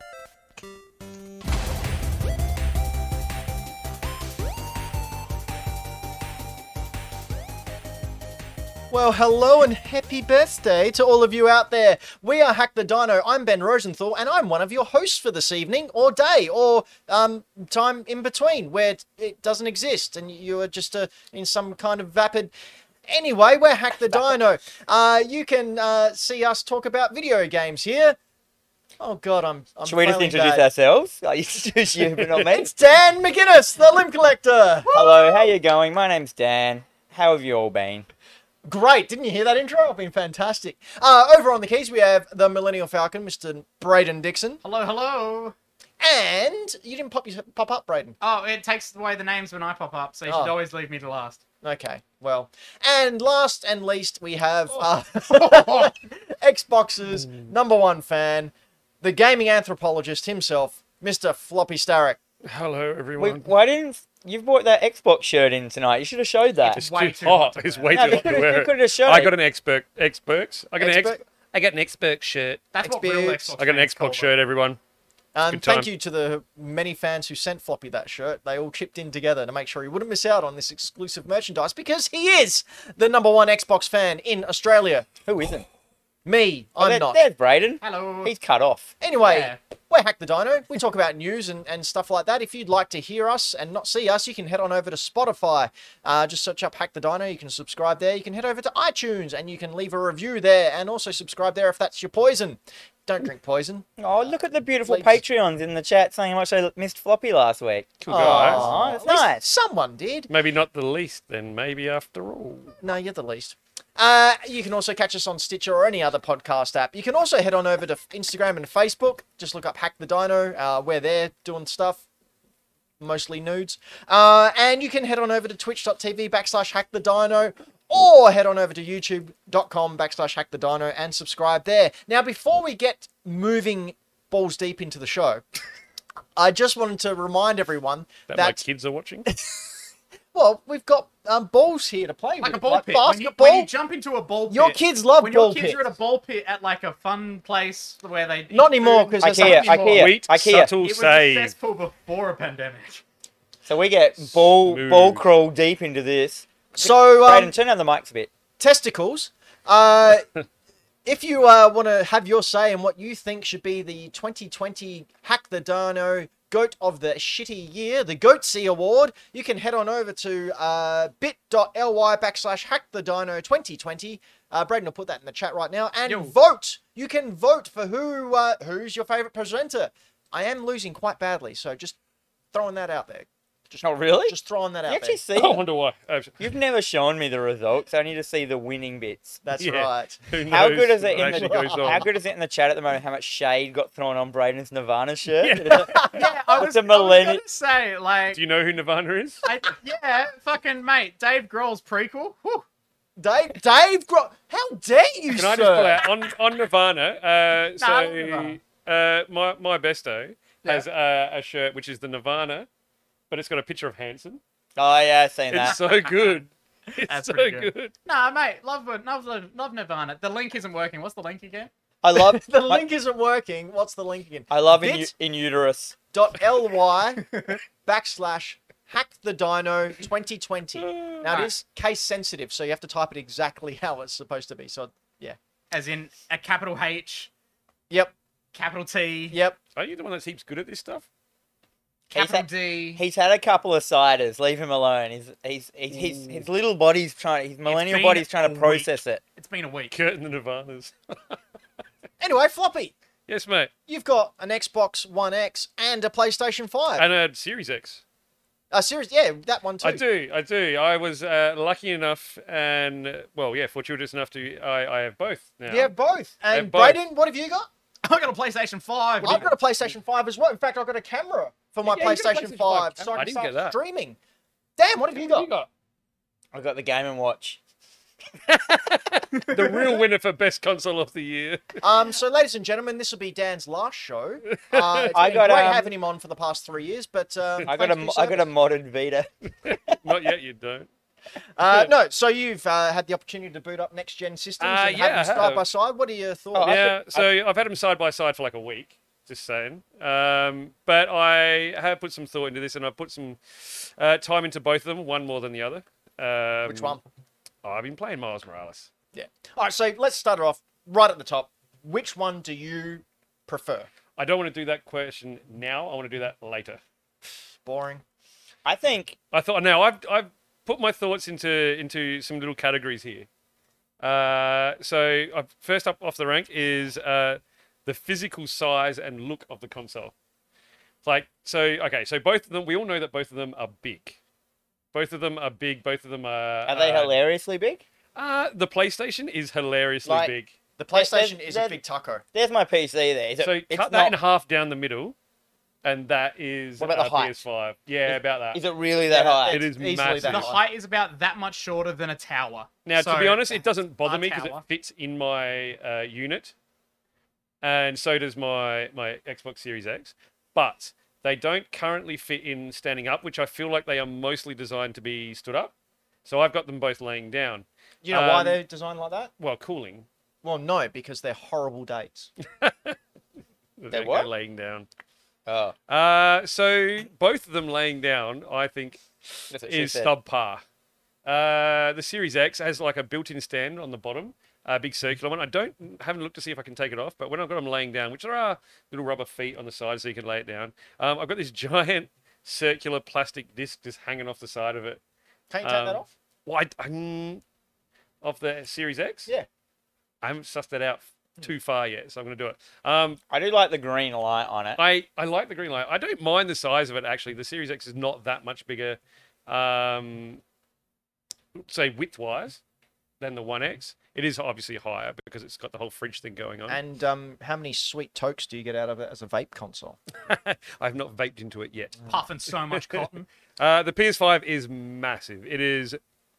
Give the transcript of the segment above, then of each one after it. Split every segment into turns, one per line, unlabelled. back. Well, hello and happy birthday to all of you out there. We are Hack the Dino. I'm Ben Rosenthal, and I'm one of your hosts for this evening, or day, or um, time in between where it- it doesn't exist and you are just uh, in some kind of vapid. Anyway, we're Hack the Dino. Uh, you can uh, see us talk about video games here. Oh God, I'm. I'm
Should we just
failing
introduce
bad.
ourselves? Are you introduce you, but not me?
It's Dan McGuinness, the Limb Collector.
Hello, how you going? My name's Dan. How have you all been?
Great. Didn't you hear that intro? I've been fantastic. Uh, over on the keys, we have the Millennial Falcon, Mr. Braden Dixon.
Hello, hello.
And you didn't pop, your, pop up, Braden.
Oh, it takes away the names when I pop up, so you
Oh.
should always leave me to last.
Okay, well. And last and least, we have uh,
Oh.
Xbox's number one fan, the gaming anthropologist himself, Mr. Floppy Starrick.
Hello,
We,
everyone.
why didn't you bought that Xbox shirt in tonight? You should have showed that.
it's
Way
too
too hot
hot.
to
It's
wear.
way
No,
too
they
hot to
could've- they
wear.
could've shown
I
it.
got an expert. Experts. I got an
Expert.
expert. I got an expert shirt.
That's what real
Xbox.
Xbox.
I got an
fans call
Xbox shirt. Everyone.
Um,
Good
thank
time.
you to the many fans who sent Floppy that shirt. They all chipped in together to make sure he wouldn't miss out on this exclusive merchandise because he is the number one Xbox fan in Australia.
Who isn't?
Me,
Oh,
I'm
there-
not.
There's Braden.
them. Hello.
He's cut off.
Anyway,
Yeah.
we're Hack the Dino. We talk about news and, and stuff like that. If you'd like to hear us and not see us, you can head on over to Spotify. Uh, just search up Hack the Dino. You can subscribe there. You can head over to iTunes and you can leave a review there and also subscribe there if that's your poison. Don't drink poison.
Uh,
Oh, look at the beautiful
Please.
Patreons in the chat saying how much they missed Floppy last week.
Cool guys.
Aw, that's
at least
nice.
Someone did.
Maybe not the least. Then maybe after all.
No, you're the least. Uh, you can also catch us on Stitcher or any other podcast app. You can also head on over to Instagram and Facebook. Just look up Hack the Dino. Uh, we're there doing stuff, mostly nudes. Uh, and you can head on over to twitch.tv backslash hack the dino or head on over to youtube.com backslash hack the dino and subscribe there. Now, before we get moving balls deep into the show, I just wanted to remind everyone
That
that,
my kids are watching.
well, we've got um, balls here to play
like
with.
a ball pit. When you,
basketball.
when you jump into a ball pit.
Your kids love
when
ball
your kids
pits.
are at a ball pit at like a fun place where they eat
Not anymore,
food,
'cause
not
there's Ikea,
anymore.
Ikea.
Sweet
Ikea.
It
Oh, subtle
was
save.
successful before a pandemic.
So we get ball
Smooth.
ball crawl deep into this.
So,
Braden,
um,
turn down the mics a bit.
testicles. Uh, if you uh, want to have your say in what you think should be the 2020 Hack the Dano Goat of the Shitty Year, the Goatsy Award, you can head on over to uh, bit.ly backslash hack the dino 2020. Uh, Braden will put that in the chat right now and
Yo.
vote. You can vote for who uh, who's your favorite presenter. I am losing quite badly, so just throwing that out there. Just,
Not really.
just throwing that out
you
there.
actually see.
I
it?
wonder why. Oh,
You've never shown me the results. I need to see the winning bits.
That's
Yeah.
right.
who knows
How good is
what
it in the
actually goes
How
on?
good is it in the chat at the moment? How much shade got thrown on Braden's Nirvana shirt?
yeah, I
It's
was,
a
I was
millennial-
gonna say like,
Do you know who Nirvana is?
I, yeah, fucking mate, Dave Grohl's prequel. Whew.
Dave, Dave, Gro- how dare you,
Can
sir?
I just pull out on on Nirvana? Uh, so
I love Nirvana.
uh, my my besto
Yeah.
has uh, a shirt which is the Nirvana, but it's got a picture of Hanson.
oh yeah, I've seen
It's
that.
so good. It's
That's
so
pretty good.
good.
Nah, mate, love, love, love, love Nirvana. The link isn't working. What's the link again?
I love
the
I-
link isn't working. What's the link again?
I love in,
Bit.
u- in uterus.
Dot ly backslash hack the dino 2020. Now it is case sensitive, so you have to type it exactly how it's supposed to be. So yeah,
As in a capital H,
yep,
capital T,
yep.
Are you the one that's heaps good at this stuff?
He's
capital
had,
D.
he's had a couple of ciders. Leave him alone. He's he's, he's, he's his little body's trying. His millennial
been
body's trying to
a
process it.
It's been a week.
Kurt and the Nirvanas.
Anyway, floppy.
yes, mate.
You've got an Xbox One X and a PlayStation Five.
And a Series X.
uh, serious, yeah, that one too.
I do, I do. I was uh, lucky enough, and uh, well, yeah, fortuitous enough to I, I have both now.
You have both. And
have both.
Braden, what have you got?
I got a PlayStation 5.
I've got a PlayStation 5 as well. In fact, I've got a camera for my
Yeah, you got a
PlayStation, 5,
PlayStation 5
so I
camera. I
can
didn't
start
get that.
streaming. Damn, what have you
What have
got?
I got the game and watch.
you got? The real winner for best console of the year.
Um, so, ladies and gentlemen, this will be Dan's last show. Uh, it's
I
been
got,
great
um,
having him on for the past three years, but um,
I got
thanks
a
for
mo-
your
I got a
service.
modded Vita.
Not yet, you don't.
Uh, no, so you've uh, had the opportunity to boot up next gen systems
Uh,
and
yeah, I
have them side
have.
by side. What are your
Oh,
thoughts?
I
yeah,
could-
so I've had them side by side for like a week. Just saying. Um, but I have put some thought into this, and I've put some uh, time into both of them. One more than the other. Um,
Which one?
I've been playing Miles Morales.
Yeah. All right, so let's start it off right at the top. Which one do you prefer?
I don't want to do that question now. I want to do that later.
Boring.
I think
I thought now I've I've put my thoughts into into some little categories here. Uh, so uh, first up off the rank is uh, the physical size and look of the console. Like so, okay, so both of them. We all know that both of them are big. Both of them are big. Both of them are.
are they
uh,
hilariously big?
Uh, the PlayStation is hilariously
Like-
big.
The PlayStation
there's-
is
there-
a big taco.
There's my PC there. It's,
So
it's
cut that
not,
in half down the middle, and that is
What about the
uh,
height?
PS5. Yeah, about that.
Is it really that
Yeah,
high?
it is
Easily
massive.
that
The
high.
height is about that much shorter than a tower.
Now, to
So-
be honest, it doesn't bother
our
me because it
tower.
fits in my uh, unit, and so does my my Xbox Series X. But they don't currently fit in standing up, which I feel like they are mostly designed to be stood up. So I've got them both laying down.
You know why
Um,
they're designed like that?
Well, cooling.
Well, no, because they're horrible dates.
that
They're
they go
what?
Laying down.
Oh,
Uh, so both of them laying down, I think,
that's what she
is
said.
subpar. Uh, the Series X has like a built-in stand on the bottom, a big circular one. I don't haven't looked to see if I can take it off, but when I've got them laying down, which there are little rubber feet on the side so you can lay it down. Um, I've got this giant circular plastic disc just hanging off the side of it.
Can you take that
Um,
off?
Why? Um, of the Series X?
Yeah.
I haven't sussed that out too far yet, so I'm gonna do it. Um,
I do like the green light on it.
I, I like the green light. I don't mind the size of it actually. The Series X is not that much bigger, um, say width wise, than the One X. It is obviously higher because it's got the whole fridge thing going on.
And um, how many sweet tokes do you get out of it as a vape console?
I've not vaped into it yet.
Puffing so much cotton.
Uh, the PS5 is massive. It is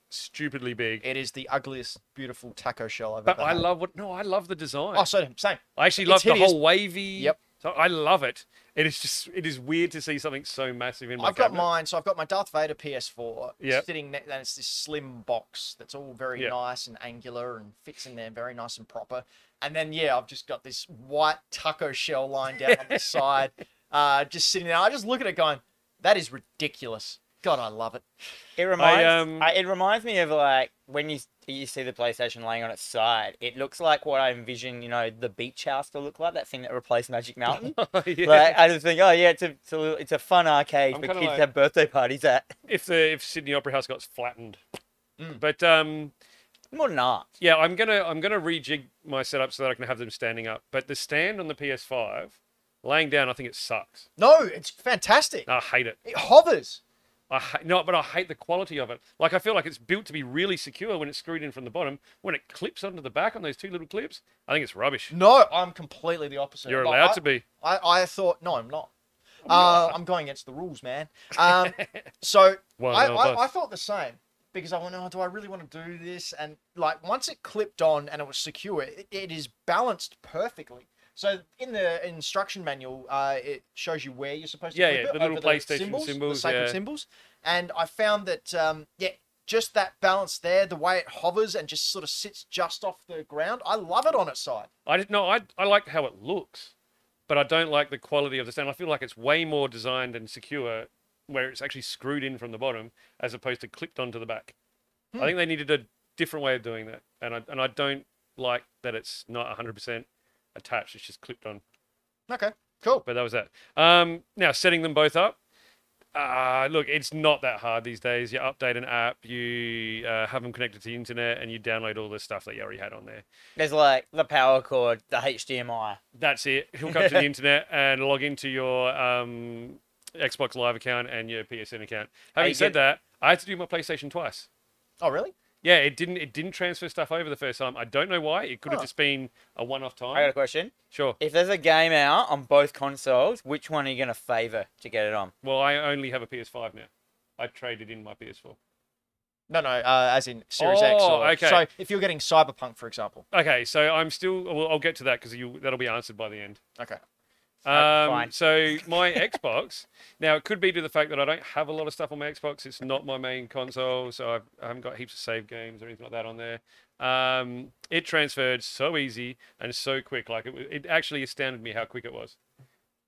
stupidly big.
It is the ugliest, beautiful taco shell I've
but
ever
I
had.
love what? No, I love the design.
Oh, so same.
I actually
It's
love the
hideous.
whole wavy.
Yep.
So I love it. It is just. It is weird to see something so massive in my.
I've got
cabinet.
mine. So I've got my Darth Vader PS4
Yep.
sitting next, and it's this slim box that's all very
Yep.
nice and angular and fits in there very nice and proper. And then yeah, I've just got this white taco shell lying down on the side, uh, just sitting there. I just look at it going, that is ridiculous. God, I love it.
It reminds
um,
I, it reminds me of like when you s- you see the PlayStation laying on its side. It looks like what I envision, you know, the beach house to look like. That thing that replaced Magic Mountain.
Yeah.
Like I just think, oh yeah, it's a it's a, little, it's a fun arcade
I'm
for
kinda
kids
like-
to have birthday parties at.
if the if Sydney Opera House got flattened.
Mm.
But um,
More than art.
yeah, I'm gonna I'm gonna rejig my setup so that I can have them standing up. But the stand on the PS5, laying down, I think it sucks.
No, it's fantastic.
I hate it.
It hovers.
I ha- no, but I hate the quality of it. Like I feel like it's built to be really secure when it's screwed in from the bottom. When it clips onto the back on those two little clips, I think it's rubbish.
No, I'm completely the opposite.
You're
Like,
allowed
Mm. I-
to be.
I, I thought, no, I'm not. Uh, I'm going against the rules, man. Um, so
Well,
I,
no, but-
I, I felt the same because I went, oh, do I really want to do this? And like once it clipped on and it was secure, it, it is balanced perfectly. So in the instruction manual, uh, it shows you where you're supposed to
Yeah,
clip
yeah,
it
the little
over
PlayStation
symbols,
symbols,
the sacred
yeah.
symbols. And I found that um, yeah, just that balance there, the way it hovers and just sort of sits just off the ground. I love it on its side.
I didn't know. I I like how it looks, but I don't like the quality of the stand. I feel like it's way more designed and secure where it's actually screwed in from the bottom as opposed to clipped onto the back. I think they needed a different way of doing that, and I and I don't like that it's not 100% attached. It's just clipped on.
Okay, cool.
But that was that. Um, now setting them both up. Uh, look, it's not that hard these days. You update an app, you uh, have them connected to the internet, and you download all the stuff that you already had on there.
There's like the power cord, the HDMI.
that's it. Hook up to the internet and log into your um, Xbox Live account and your PSN account. Having
you
said
get-
that, I had to do my PlayStation twice.
Oh, really?
Yeah, it didn't. It didn't transfer stuff over the first time. I don't know why. It could have
Huh.
just been a one-off time.
I got a question.
Sure.
If there's a game out on both consoles, which one are you gonna favour to get it on?
Well, I only have a PS5 now. I traded in my PS4.
No, no, uh, as in Series X.
Oh,
Or,
okay.
So if you're getting Cyberpunk, for example.
Okay, so I'm still. Well, I'll get to that because that'll be answered by the end.
Okay.
Um,
fine.
So my Xbox. Now it could be to the fact that I don't have a lot of stuff on my Xbox. It's not my main console, so I've, I haven't got heaps of save games or anything like that on there. Um, it transferred so easy and so quick. Like it, wa- it actually astounded me how quick it was.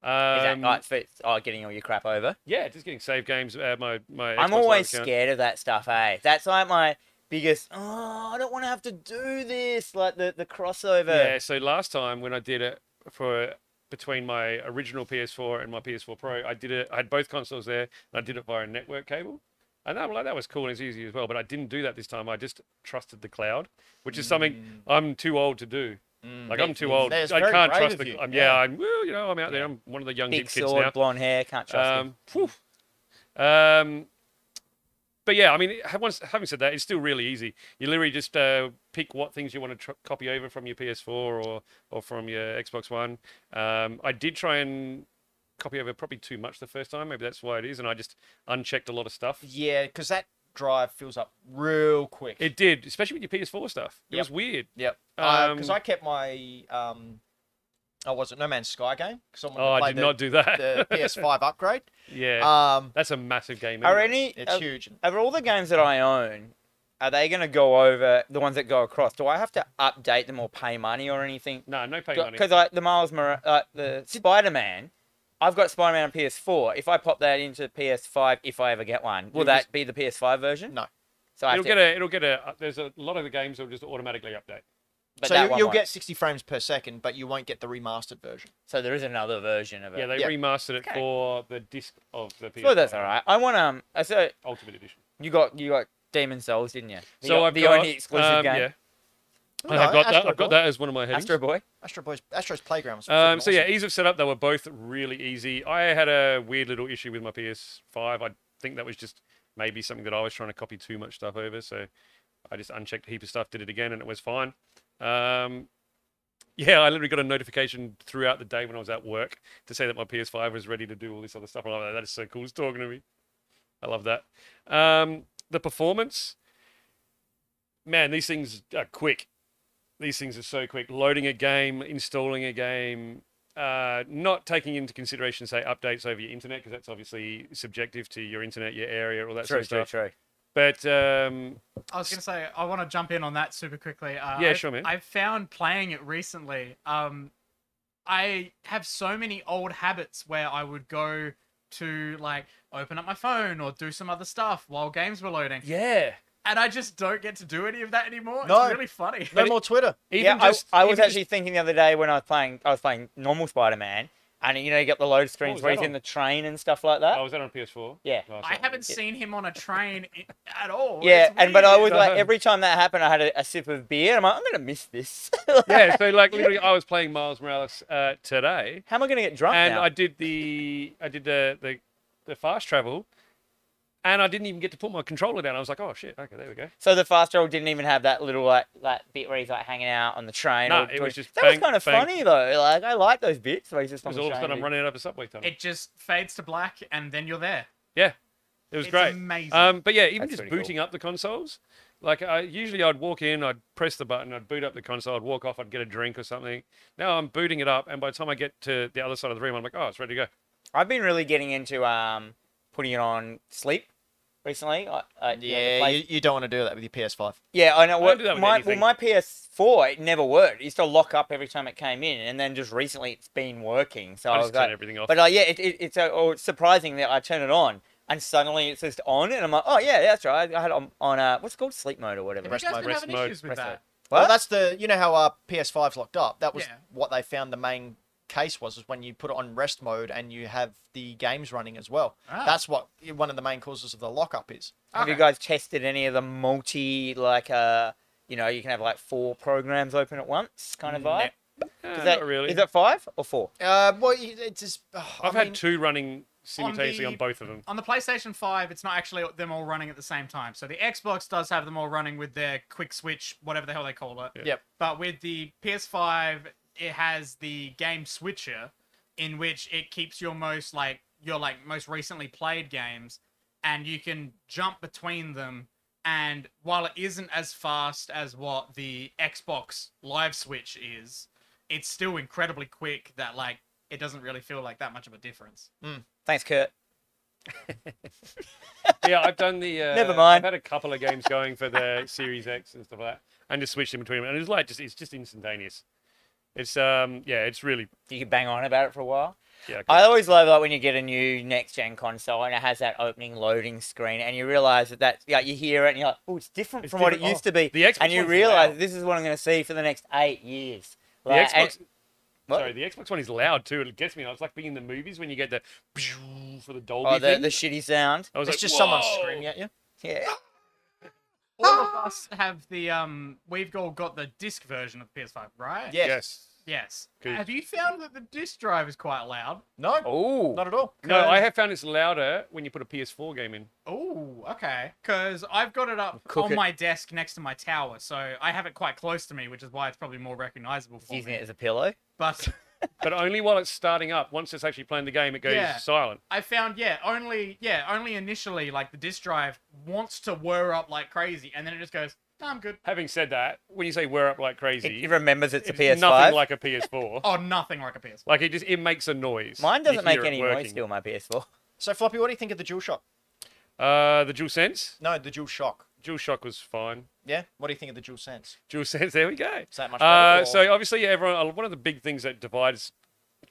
Is that
Um,
like for oh, getting all your crap over?
Yeah, just getting save games. Uh, my my. Xbox
I'm
Live
always
account.
scared of that stuff, eh? That's like my biggest. Oh, I don't want to have to do this. Like the the crossover.
Yeah, so last time when I did it for between my original PS4 and my PS4 Pro, I did it. I had both consoles there, and I did it via a network cable. And I'm like, that was cool and it's easy as well. But I didn't do that this time. I just trusted the cloud, which is something I'm too old to do. Like I'm too old.
Mm. That's
I
very
can't
brave
trust
of
the.
you,
I'm,
yeah.
yeah, I'm. Well, you know, I'm out there. I'm one of the young
Big
hip kids
sword,
now.
blonde hair. Can't trust him.
Um, whew. Um, but yeah, I mean, ha- once, having said that, it's still really easy. You literally just uh, pick what things you want to tr- copy over from your PS4 or or from your Xbox One. Um, I did try and copy over probably too much the first time. Maybe that's why it is, and I just unchecked a lot of stuff.
Yeah, because that drive fills up real quick.
It did, especially with your PS4 stuff. It
Yep.
was weird.
Yep. Because
Um,
I kept my um, I was it No Man's Sky game because I wanted
Oh,
to play
I did
the,
not do that.
the PS5 upgrade.
yeah,
Um,
that's a massive game.
Are
anyway.
any
it's
of,
huge.
of all the games that I own? Are they going to go over the ones that go across? Do I have to update them or pay money or anything?
No, no pay money.
Because like the Miles Mor- uh, the Spider Man, I've got Spider Man on PS4. If I pop that into PS5, if I ever get one, will
You'll
that
just-
be the PS5 version?
No.
So I have
It'll
to-
get a. It'll get a. uh, There's a lot of the games that will just automatically update.
but
so
that
you,
one
you'll
won't.
get 60 frames per second, but you won't get the remastered version.
So there is another version of it.
Yeah, they
Yeah.
remastered it
Okay.
for the disc of the PS.
so that's all right. I want um. uh, So
Ultimate Edition.
you got you got Demon Souls, didn't you? The,
so I've
the
got,
only exclusive
um,
game.
Yeah,
No,
I've got that.
Astro
I've got
Boy.
that as one of my headings.
Astro Boy.
Astro Boy's Astro's Playgrounds.
Um, so yeah, ease of setup. They were both really easy. I had a weird little issue with my PS5. I think that was just maybe something that I was trying to copy too much stuff over. So I just unchecked a heap of stuff, did it again, and it was fine. Um, yeah, I literally got a notification throughout the day when I was at work to say that my PS5 was ready to do all this other stuff. And I'm like, that is so cool. It's talking to me. I love that. Um, the performance, man, these things are quick. These things are so quick. Loading a game, installing a game, uh, not taking into consideration, say, updates over your internet, because that's obviously subjective to your internet, your area, all that
True,
sort
true,
of stuff.
true.
But um,
I was gonna say I want to jump in on that super quickly. Uh,
Yeah,
I've-
sure, man.
I found playing it recently. Um, I have so many old habits where I would go to like open up my phone or do some other stuff while games were loading,
yeah,
and I just don't get to do any of that anymore.
No.
It's really funny.
no more Twitter.
even
yeah, I-
just,
I, was
even just-
actually thinking the other day when I was playing, I was playing normal Spider Man, and you know you got the load screens
was
where
Oh, that
he's in
on?
the train and stuff like that.
Oh, was that on PS4?
Yeah.
Oh,
I
sorry.
haven't seen him on a train i- at all.
yeah,
It's
and but I
weird.
was like
Um,
every time that happened, I had a, a sip of beer. I'm like, I'm gonna miss this. Like,
yeah, so like literally, I was playing Miles Morales uh, today,
How am I gonna get drunk
and
now?
I did the I did the, the the fast travel, and I didn't even get to put my controller down. I was like, oh shit, okay, there we go.
So the fast travel didn't even have that little like that bit where he's like hanging out on the train.
No,
or
it
doing-
was just
that was
bang,
kind of
bang.
funny though. Like I like those bits where he's just on
Because
the
all of a
train
sudden, I'm
bit.
running up a subway tunnel.
it just fades to black, and then you're there.
yeah, it was
it's
great.
amazing.
Um, but yeah, even
That's
just
pretty cool.
booting up the consoles. Like I usually, I'd walk in, I'd press the button, I'd boot up the console, I'd walk off, I'd get a drink or something. Now I'm booting it up, and by the time I get to the other side of the room, I'm like, oh, it's ready to go.
I've been really getting into um putting it on sleep recently. I, I, you know, the
Yeah,
place-
you, you don't want to do that with your PS5.
yeah, I know.
don't
What,
do that with
my well,
anything.
my PS4 it never worked. It used to lock up every time it came in, and then just recently it's been working. So I,
I
was
just turn
Oh, like,
everything off.
But uh, yeah, it, it, it's uh, oh, it's surprising that I turn it on and suddenly it's just on, and I'm like, oh yeah, that's right. I had it on, on uh, what's it called sleep mode or whatever.
Have you guys
mode.
been
Rest
having
mode.
issues with
Rest mode.
that?
Well,
What?
that's the you know how uh, our PS5's locked up. That was
Yeah.
what they found the main case was is when you put it on rest mode and you have the games running as well.
Ah.
That's what one of the main causes of the lockup is.
Have you
Okay.
guys tested any of the multi like uh you know you can have like four programs open at once kind of vibe?
Eh,
Is that
not really.
Is it five or four?
Uh, well, you- it's just ugh, I
I've had
mean,
two running simultaneously on,
the-
both of them.
on the PlayStation 5, it's not actually them all running at the same time. So the Xbox does have them all running with their quick switch, whatever the hell they call it.
Yeah.
Yep.
But with the PS5, it has the game switcher in which it keeps your most like your like most recently played games and you can jump between them and while it isn't as fast as what the Xbox live switch is, it's still incredibly quick that like it doesn't really feel like that much of a difference.
Thanks, Kurt.
yeah, I've done the. Uh,
Never mind.
I've had a couple of games going for the Series X and stuff like that, and just switched in between them. And it's like just it's just instantaneous. It's um yeah, it's really
You could bang on about it for a while.
Yeah, cool.
I always love like when you get a new next gen console and it has that opening loading screen, and you realize that that yeah you hear it and you're like, oh, it's different
It's
from what
different.
it
Oh,
used to be,
the Xbox
and you
one's
realize
loud.
this is what I'm going to see for the next eight years.
the
Like, and-
Xbox.
What?
Sorry, the Xbox One is loud too. It gets me. It's like being in the movies when you get the for the Dolby
oh, the,
thing.
the shitty sound.
I was
It's
like,
just someone
"Whoa!"
screaming at you.
Yeah.
All of us have the um. We've all got the disc version of the PS5, right?
Yes.
Yes.
Yes.
Good.
Have you found that the disc drive is quite loud?
No,
Oh.
not at all.
No, I
Cause-
have found it's louder when you put a PS4 game in.
Oh, okay. Because I've got it up
Cook
on
it.
my desk next to my tower, so I have it quite close to me, which is why it's probably more recognizable for
Using
me.
it as a pillow.
But
But only while it's starting up. Once it's actually playing the game, it goes
Yeah.
silent.
I found, yeah, only yeah, only initially like the disc drive wants to whir up like crazy, and then it just goes, "No, I'm good.
Having said that, when you say we're up like
It,
crazy,
it remembers it's a PS5.
nothing like a PS4.
Oh, nothing like a PS.
like it just it makes a noise.
Mine
You
doesn't make
hear it
any noise
working.
still. My PS4.
So floppy, what do you think of the DualShock?
Uh, the Dual Sense,
No, the DualShock.
Dual Shock was fine.
Yeah. What do you think of the DualSense?
Dual Sense, there we go.
Is that much better?
Uh,
or-
so obviously, everyone. uh, One of the big things that divides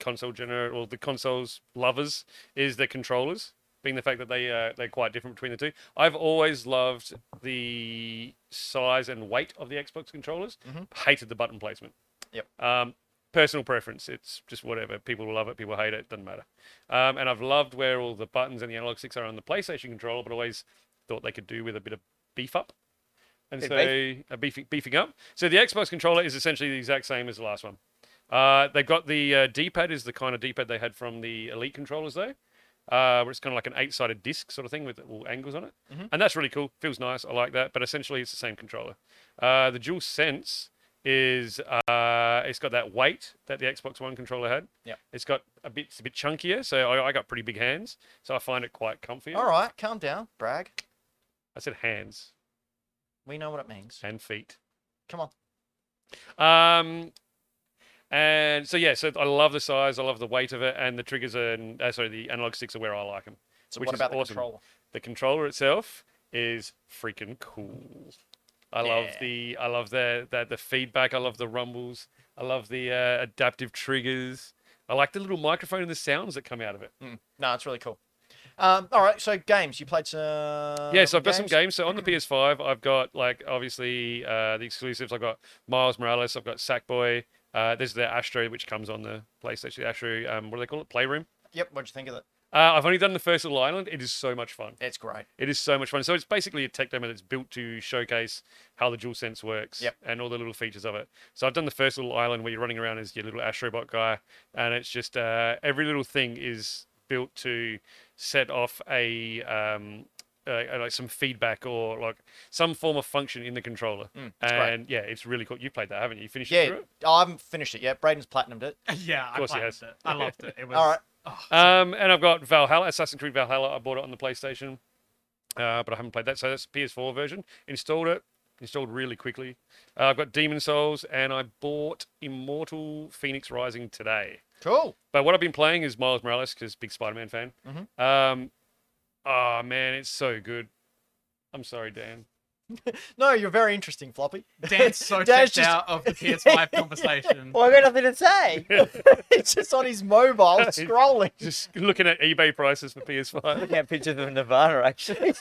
console gener or the consoles lovers is their controllers, being the fact that they uh, they're quite different between the two. I've always loved the size and weight of the Xbox controllers.
Mm-hmm.
Hated the button placement.
Yep.
Um, personal preference. It's just whatever. People love it. People hate it. Doesn't matter. Um, and I've loved where all the buttons and the analog sticks are on the PlayStation controller, but always thought they could do with a bit of beef up. And
Bit
so
of beef.
a beefing, beefing up. So the Xbox controller is essentially the exact same as the last one. Uh, they've got the uh, D-pad is the kind of D-pad they had from the Elite controllers though, uh, where it's kind of like an eight-sided disc sort of thing with all angles on it, and that's really cool. Feels nice. I like that. But essentially, it's the same controller. Uh, the Dual Sense is uh, it's got that weight that the Xbox One controller had.
Yep.
It's got a bit it's a bit chunkier, so I, I got pretty big hands, so I find it quite comfy.
All right, calm down, brag.
I said hands
We know what it means.
and feet.
Come on.
Um, and so yeah, so I love the size, I love the weight of it, and the triggers and uh, sorry, the analog sticks are where I like them.
So
Which
what
is
about the
awesome.
controller?
The controller itself is freaking cool. I love
Yeah.
the I love the, the the feedback. I love the rumbles. I love the uh, adaptive triggers. I like the little microphone and the sounds that come out of it.
No, it's really cool. Um, all right, so games. You played some.
yeah, so I've got some games. So on the PS5, I've got like obviously uh, the exclusives. I've got Miles Morales. I've got Sackboy. Uh, there's the Astro, which comes on the PlayStation. Astro, um, what do they call it? Playroom.
Yep. What'd you think of it?
Uh, I've only done the first little island. It is so much fun.
It's great.
It is so much fun. So it's basically a tech demo that's built to showcase how the DualSense works
Yep.
and all the little features of it. So I've done the first little island where you're running around as your little astrobot guy, and it's just uh, every little thing is built to set off a um, uh, like some feedback or like some form of function in the controller.
it's Mm, great.
and yeah, it's really cool. You played that, haven't you? You finished it
Yeah,
through it?
I haven't finished it yet. Braden's platinumed it.
yeah, I
course he
played
has.
it. I loved it. It was Oh,
All right.
Um, and I've got Valhalla, Assassin's Creed Valhalla. I bought it on the PlayStation, uh, but I haven't played that. So that's the PS4 version. Installed it, installed really quickly. Uh, I've got Demon Souls, and I bought Immortal Phoenix Rising today.
Cool.
But what I've been playing is Miles Morales because big Spider-Man fan. Um, oh man, it's so good. I'm sorry, Dan.
No, you're very interesting, Floppy.
Dan's so
Dan's
checked
just,
out of the PS5 conversation.
Well, I got nothing to say.
It's just on his mobile scrolling.
Just looking at eBay prices for PS5.
Looking at pictures of Nirvana, actually.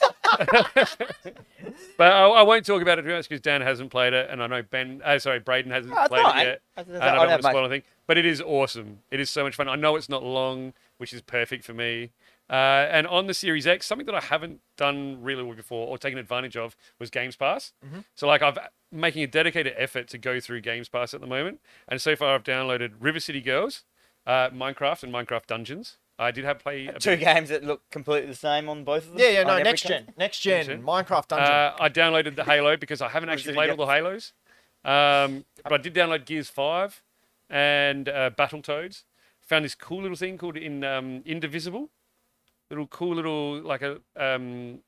But I, I won't talk about it too much because Dan hasn't played it, and I know Ben. Uh, sorry, Braden hasn't
Oh, it's
played
alright.
it yet.
I was gonna
And I
say, I
don't
don't
want to
mind.
spoil anything. But it is awesome. It is so much fun. I know it's not long, which is perfect for me. Uh, and on the Series X, something that I haven't done really well before or taken advantage of was Games Pass.
Mm-hmm.
So like I've making a dedicated effort to go through Games Pass at the moment, and so far I've downloaded River City Girls, uh, Minecraft, and Minecraft Dungeons. I did have play. a bit
Uh, Two games that look completely the same on both of them.
Yeah, yeah,
on
no,
every
next
console.
gen, next gen,
gen.
Minecraft Dungeon.
Uh, I downloaded the Halo because I haven't actually
Oh, it
played all
again?
the Halos. Um, but I did download Gears 5 and uh, Battletoads. Found this cool little thing called in um, Indivisible. Little cool little like a um,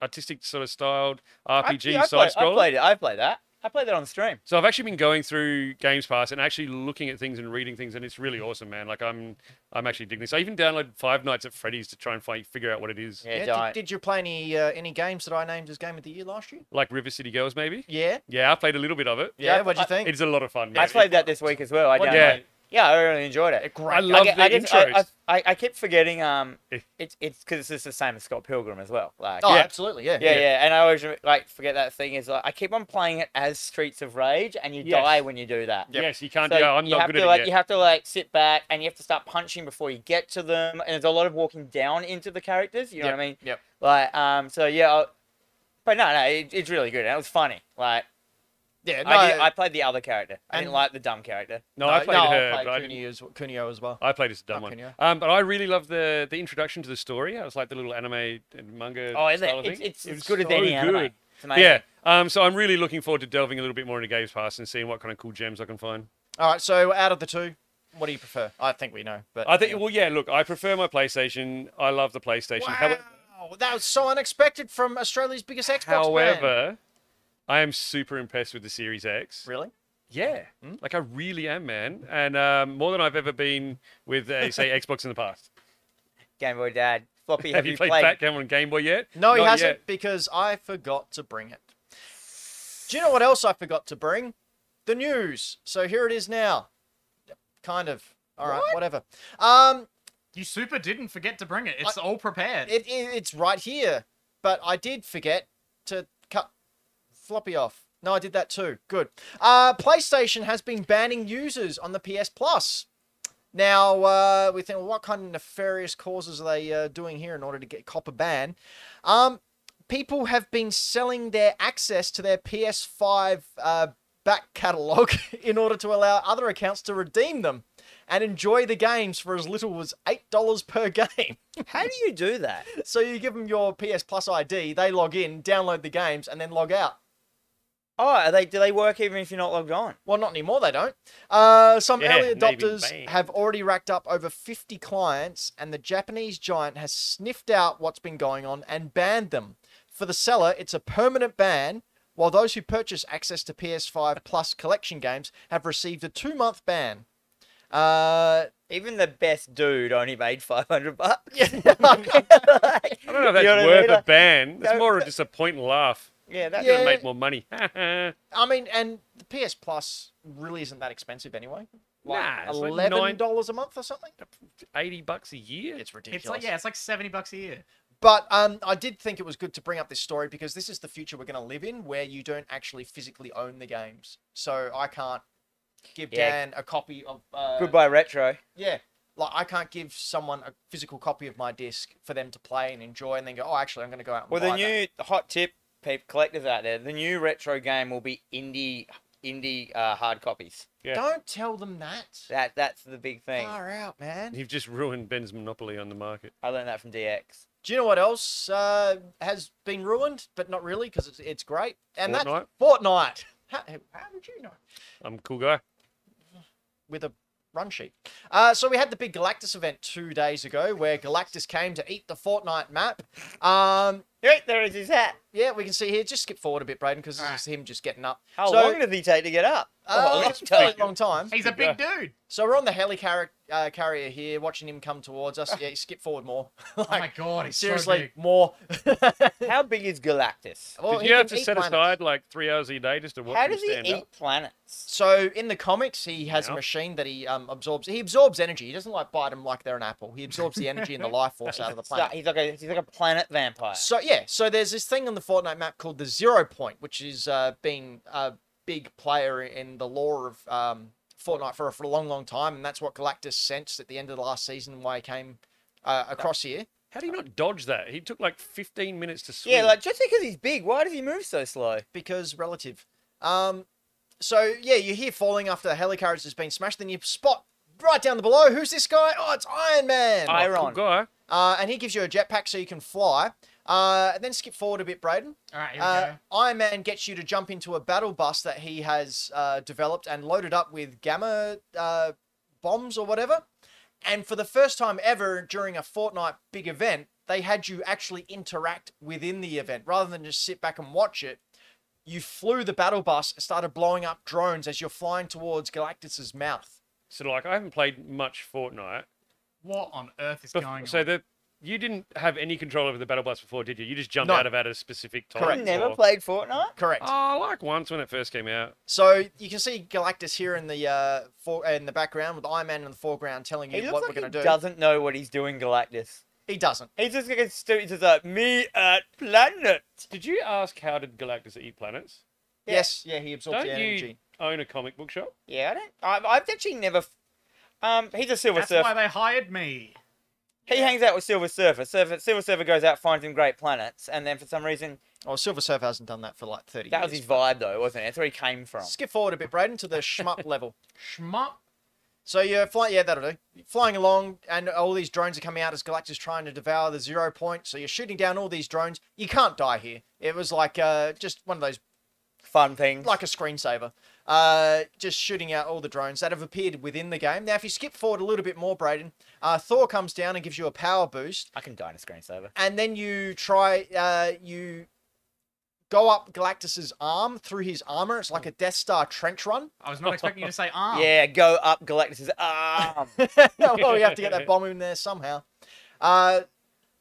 artistic sort of styled
I-
RPG
yeah, I,
side
played, I
scroller.
played it. I played that. I played that on stream.
So I've actually been going through Games Pass and actually looking at things and reading things, and it's really awesome, man. Like I'm, I'm actually digging this. I even downloaded Five Nights at Freddy's to try and find, figure out what it is.
Yeah,
yeah,
giant.
did, did you play any uh, any games that I named as game of the year last year?
Like River City Girls, maybe.
Yeah,
Yeah, I played a little bit of it.
yeah.
Yeah,
what'd you
I-
think?
It's a lot of fun.
I
man.
played that this week as well. I
What-
downloaded.
Yeah,
Yeah, I really enjoyed it.
I
Great.
love
get-
the
I just- I-
intros.
I, I, I keep forgetting. Um,
Eh.
it's it's because it's the same as Scott Pilgrim as well. Like,
Oh,
Yeah.
absolutely, yeah.
yeah, yeah, And I always rem- like forget that thing is like I keep on playing it as Streets of Rage, and you
Yes.
die when you do that.
Yes, you can't.
So
yeah, I'm
you
not
have
good
to
at
like
it.
you
yet.
have to like sit back and you have to start punching before you get to them, and there's a lot of walking down into the characters. You know
Yep,
what I mean?
yep.
Like, um, so yeah, I, but no, no, it, it's really good. And it was funny. Like,
Yeah,
I, did,
no,
I played the other character. I
And-
didn't like the dumb character.
No, I played
no, I
her, but I
played
didn't.
Kunio as, Kunio as well.
I played as a dumb
Oh,
one.
can you?
Um, but I really love the the introduction to the story. I was like the little anime and manga.
Oh, is it?
style of
It's,
thing.
it's
It
as
was
good as
so
any anime.
good.
It's amazing.
Yeah. Um, so I'm really looking forward to delving a little bit more into Games Pass and seeing what kind of cool gems I can find.
All right, so out of the two, what do you prefer? I think we know, but
I think. Well, yeah. Look, I prefer my PlayStation. I love the PlayStation.
Wow.
Howe-
Oh, that was so unexpected from Australia's biggest Xbox brand.
however, I am super impressed with the Series X.
really,
Yeah. Like I really am, man, and um, more than I've ever been with, uh, say, Xbox in the past.
Game Boy Dad. Floppy, have,
Have you played Backgammon on Game Boy yet?
no, he
Not
hasn't
yet.
because I forgot to bring it. Do you know what else I forgot to bring? The news. So here it is now. Kind of. All right, whatever. Um,
You super didn't forget to bring it. It's all prepared.
it, it it's right here, but I did forget to cut floppy off. No, I did that too. Good. Uh, PlayStation has been banning users on the PS Plus. Now uh, we think, well, what kind of nefarious causes are they uh, doing here in order to get copper ban? Um, people have been selling their access to their PS5 uh, back catalog in order to allow other accounts to redeem them and enjoy the games for as little as eight dollars per game.
How do you do that?
So you give them your PS Plus ID, they log in, download the games, and then log out.
Oh, are they do they work even if you're not logged on?
Well, not anymore. They don't. Uh, some
Yeah,
early
they've been
adopters
banned.
have already racked up over 50 clients, and the Japanese giant has sniffed out what's been going on and banned them. For the seller, it's a permanent ban, while those who purchase access to PS5 Plus collection games have received a two-month ban. Uh,
Even the best dude only made five hundred bucks.
yeah,
I don't know if
You
that's
know what I
worth
mean?
a ban. It's
No,
more of just a point and laugh.
Yeah, that's
Yeah.
Gonna make more money. nah,
I mean, and the PS Plus really isn't that expensive anyway.
it's like
Eleven
nine,
dollars a month or something.
80 bucks a year.
It's ridiculous.
It's like yeah, it's like seventy bucks a year.
But um, I did think it was good to bring up this story because this is the future we're going to live in where you don't actually physically own the games. So I can't give
Yeah.
Dan a copy of. Uh,
goodbye retro.
Yeah. Like, I can't give someone a physical copy of my disc for them to play and enjoy and then go, oh, actually, I'm going to go out and
Well,
buy
the
that."
new hot tip, peep collectors out there, the new retro game will be indie indie uh, hard copies.
Yeah.
Don't tell them that.
That that's the big thing.
Far out, man.
You've just ruined Ben's monopoly on the market.
I learned that from DX.
Do you know what else uh, has been ruined, but not really because it's, it's great? And
Fortnite?
that's Fortnite. How, how did you know?
I'm a cool guy.
with a run sheet. Uh, so we had the big Galactus event two days ago where Galactus came to eat the Fortnite map. Um,
Right there is his hat.
yeah, we can see here. Just skip forward a bit, Braden, because this is him just getting up.
How
so,
long did he take to get up?
Uh,
oh,
it's
let's
a
go.
fairly long time.
He's a big
Good
dude.
So we're on the helicarrier uh, carrier here, watching him come towards us. Yeah, skip forward more. like,
Oh my god, he's
seriously,
so big.
more.
How big is Galactus?
Well,
Did
he
you have
can
to
eat
set
planets.
aside like three hours a day just to watch
How
him
does he
stand
eat
up?
planets?
So in the comics, he has a
Yeah.
machine that he um, absorbs. He absorbs energy. He doesn't like bite them like they're an apple. He absorbs the energy and the life force out of the
So
planet.
he's like a he's like a planet vampire.
So yeah, so there's this thing on the Fortnite map called the Zero Point, which is uh, been a big player in the lore of um, Fortnite for, for a long, long time, and that's what Galactus sensed at the end of the last season why he came uh, across here.
How do you not dodge that? He took like 15 minutes to swim.
yeah, like just because he's big, why does he move so slow?
because relative. Um, so yeah, you hear falling after the helicarriage has been smashed, then you spot right down the below. Who's this guy? Oh, it's Iron Man.
I-
cool
Iron.
guy.
Uh, and he gives you a jetpack so you can fly. Uh, and then skip forward a bit, Braden.
All right, here we
Uh,
go.
Iron Man gets you to jump into a battle bus that he has uh, developed and loaded up with gamma uh, bombs or whatever. And for the first time ever during a Fortnite big event, they had you actually interact within the event rather than just sit back and watch it. You flew the battle bus and started blowing up drones as you're flying towards Galactus's mouth.
So like I haven't played much Fortnite.
What on earth is
Bef-
going
so
on?
the you didn't have any control over the Battle Blast before, did you? You just jumped
No.
out of it at a specific time.
Correct.
I never
or-
played Fortnite.
Correct.
Oh, like once when it first came out.
So you can see Galactus here in the uh, for, in the background with Iron Man in the foreground telling
He
you
looks
what
like
we're
he
gonna do.
doesn't know what he's doing, Galactus.
He doesn't.
He's just like, he's just like me at planet.
Did you ask how did Galactus eat planets?
Yeah.
Yes, yeah, he absorbs
Don't
the
you
energy.
own a comic book shop?
Yeah, I don't. I've, I've actually never. f- Um, he's a Silver
That's
Surfer.
why they hired me.
He hangs out with Silver Surfer. Surfer. Silver Surfer goes out, finds him great planets, and then for some reason,
Oh, Silver Surfer hasn't done that for like thirty
that was
years.
his vibe though, wasn't it? That's where he came from.
Skip forward a bit, Braden, to the shmup level.
Shmup.
So you're flying, yeah, that'll do. Flying along, and all these drones are coming out as Galactus trying to devour the zero point. So you're shooting down all these drones. You can't die here. It was like uh, just one of those
Fun thing.
like a screensaver, uh, just shooting out all the drones that have appeared within the game. Now, if you skip forward a little bit more, Braden, uh, Thor comes down and gives you a power boost,
I can die in a screensaver.
and then you try, uh, you go up Galactus's arm through his armor. It's like a Death Star trench run.
I was not expecting you to say "Ah."
Oh.
arm.
Yeah, go up Galactus's arm.
well, you have to get that bomb in there somehow. Uh,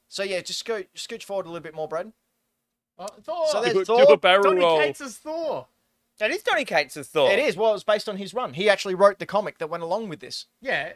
so yeah, just go scooch forward a little bit more, Braden.
Oh, Thor.
So there's
do, a- do
Thor,
a barrel
Donny
roll.
Cates is Thor.
that is Donny Cates' thought.
It is well, it's based on his run. He actually wrote the comic that went along with this.
Yeah.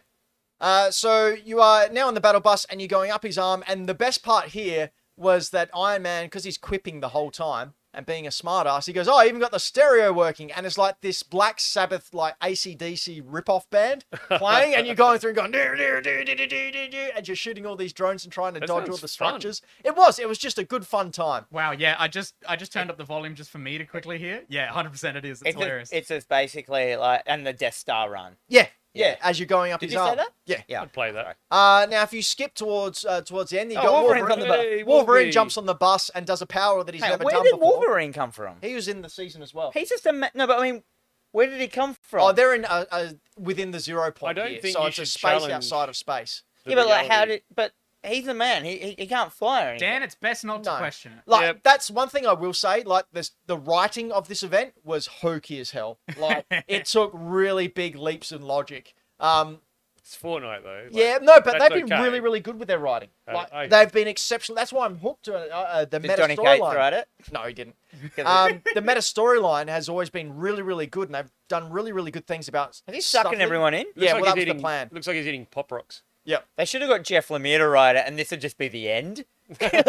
Uh, so you are now on the battle bus and you're going up his arm. And the best part here was that Iron Man, because he's quipping the whole time and being a smart ass, he goes, Oh, I even got the stereo working. And it's like this Black Sabbath, like ACDC rip-off band playing. and you're going through and going, "Do, do, do, do, do, do, do, do," and you're shooting all these drones and trying to
That
dodge all
sounds
the
fun.
structures. It was, it was just a good, fun time.
Wow. Yeah. I just I just turned up the volume just for me to quickly hear. Yeah. 100. percent It is. It's,
It's,
hilarious.
just, it's just basically like and the Death Star run.
Yeah. Yeah,
Yeah.
as you're going up
Did
his
you say
arm.
that?
Yeah.
Yeah.
I'd play that.
Uh, now, if you skip towards uh, towards the end, you
Oh,
got Wolverine. Wolverine,
Wolverine's on the bus.
Hey, Wolverine.
jumps on the bus and does a power that he's
Hang on,
never
where
done
did
before.
Wolverine come from?
He was in the season as well.
He's just a ma- no, but I mean, where did he come from?
Oh, they're in uh, uh, within the zero point.
I don't
here,
think
so
you
it's a
should
space
challenge-
outside of space.
The
yeah, but like how
reality.
did? But he's a man. He he, he can't fly or anything.
Dan, it's best not to
No.
question it.
Like
Yep.
that's one thing I will say. Like this, the writing of this event was hokey as hell. Like it took really big leaps in logic. Um,
It's Fortnite though. like-
yeah, no, but
that's
they've been
okay.
really, really good with their writing.
Uh,
Like
okay.
they've been exceptional. That's why I'm hooked to uh, uh, the
Did
meta
Johnny Cates
storyline.
write it?
No, he didn't.
'Cause
Um, the meta storyline has always been really, really good, and they've done really, really good things about.
Are they
stuff
sucking
that-
everyone in?
Yeah, well,
Looks
that
he's
was the
eating-
plan.
Looks like he's eating pop rocks.
Yep.
They should have got Jeff Lemire to write it, and this would just be the end. and